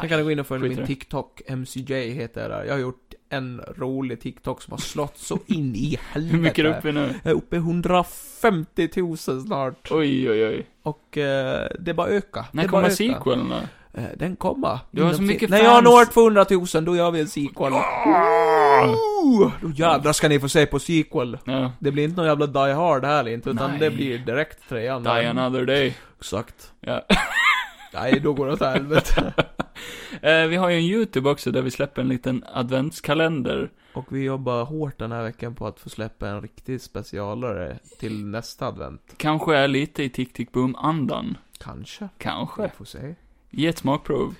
B: Sen kan du gå in och följa
A: skit i det.
B: min TikTok, MCJ heter jag där. Jag har gjort en rolig TikTok som har slått så in i helvete.
A: Hur mycket är du uppe i nu?
B: Jag är uppe i 150 000 snart.
A: Oj, oj, oj.
B: Och eh, det bara ökar.
A: När
B: det bara
A: kommer
B: ökar.
A: sequeln då?
B: Eh, Den kommer.
A: Du har
B: Inom
A: så
B: ti-
A: mycket
B: När jag
A: fans.
B: når 200 000, då gör vi en sequel. Oh! Då jävlar ska ni få se på sequel.
A: Ja.
B: Det blir inte någon jävla Die Hard här inte, utan
A: Nej.
B: det blir direkt trean.
A: Die another day.
B: Exakt.
A: Ja.
B: Nej, då går det åt helvete.
A: Eh, vi har ju en YouTube också där vi släpper en liten adventskalender.
B: Och vi jobbar hårt den här veckan på att få släppa en riktig specialare till nästa advent.
A: Kanske är lite i Tick Tick Boom-andan.
B: Kanske. Vi
A: Kanske.
B: får se.
A: Ge ett smakprov.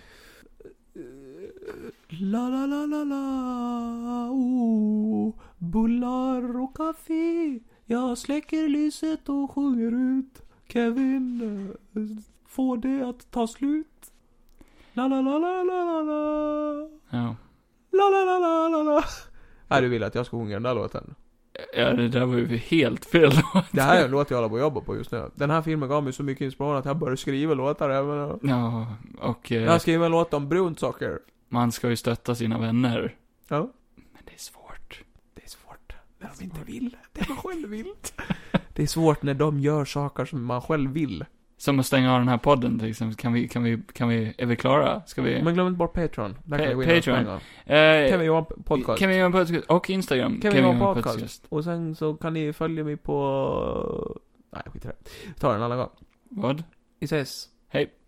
B: La la la la la, oh, bullar och kaffe. Jag släcker lyset och sjunger ut. Kevin eh, får det att ta slut. La la la la la la la.
A: Ja.
B: La la la la la la. Ja, du vill att jag ska sjunga den där låten?
A: Ja, det där var ju helt fel låt.
B: Det här är en låt jag håller på att jobba på just nu. Den här filmen gav mig så mycket inspiration att jag började skriva låtar även.
A: Ja, och eh,
B: Jag skrev en låt om brunt socker.
A: man ska ju stötta sina vänner.
B: Ja.
A: Men det är svårt.
B: Det är svårt när de inte vill. Det man själv vill. Det är svårt när de gör saker som man själv vill.
A: Som att stänga av den här podden till exempel. Kan vi, kan vi, kan vi, är vi klara? Ska vi?
B: Men glöm inte bort Patreon. Där kan
A: Pa-
B: ni gå in och
A: Patreon.
B: spänga.
A: eh,
B: Kevin Johan Podcast.
A: Kan vi göra en podcast? Och Instagram.
B: Kan vi göra en
A: göra en
B: podcast? Och sen så kan ni följa mig på... Nej, skit i det. Vi tar den en annan gång.
A: Vad?
B: Vi ses.
A: Hej.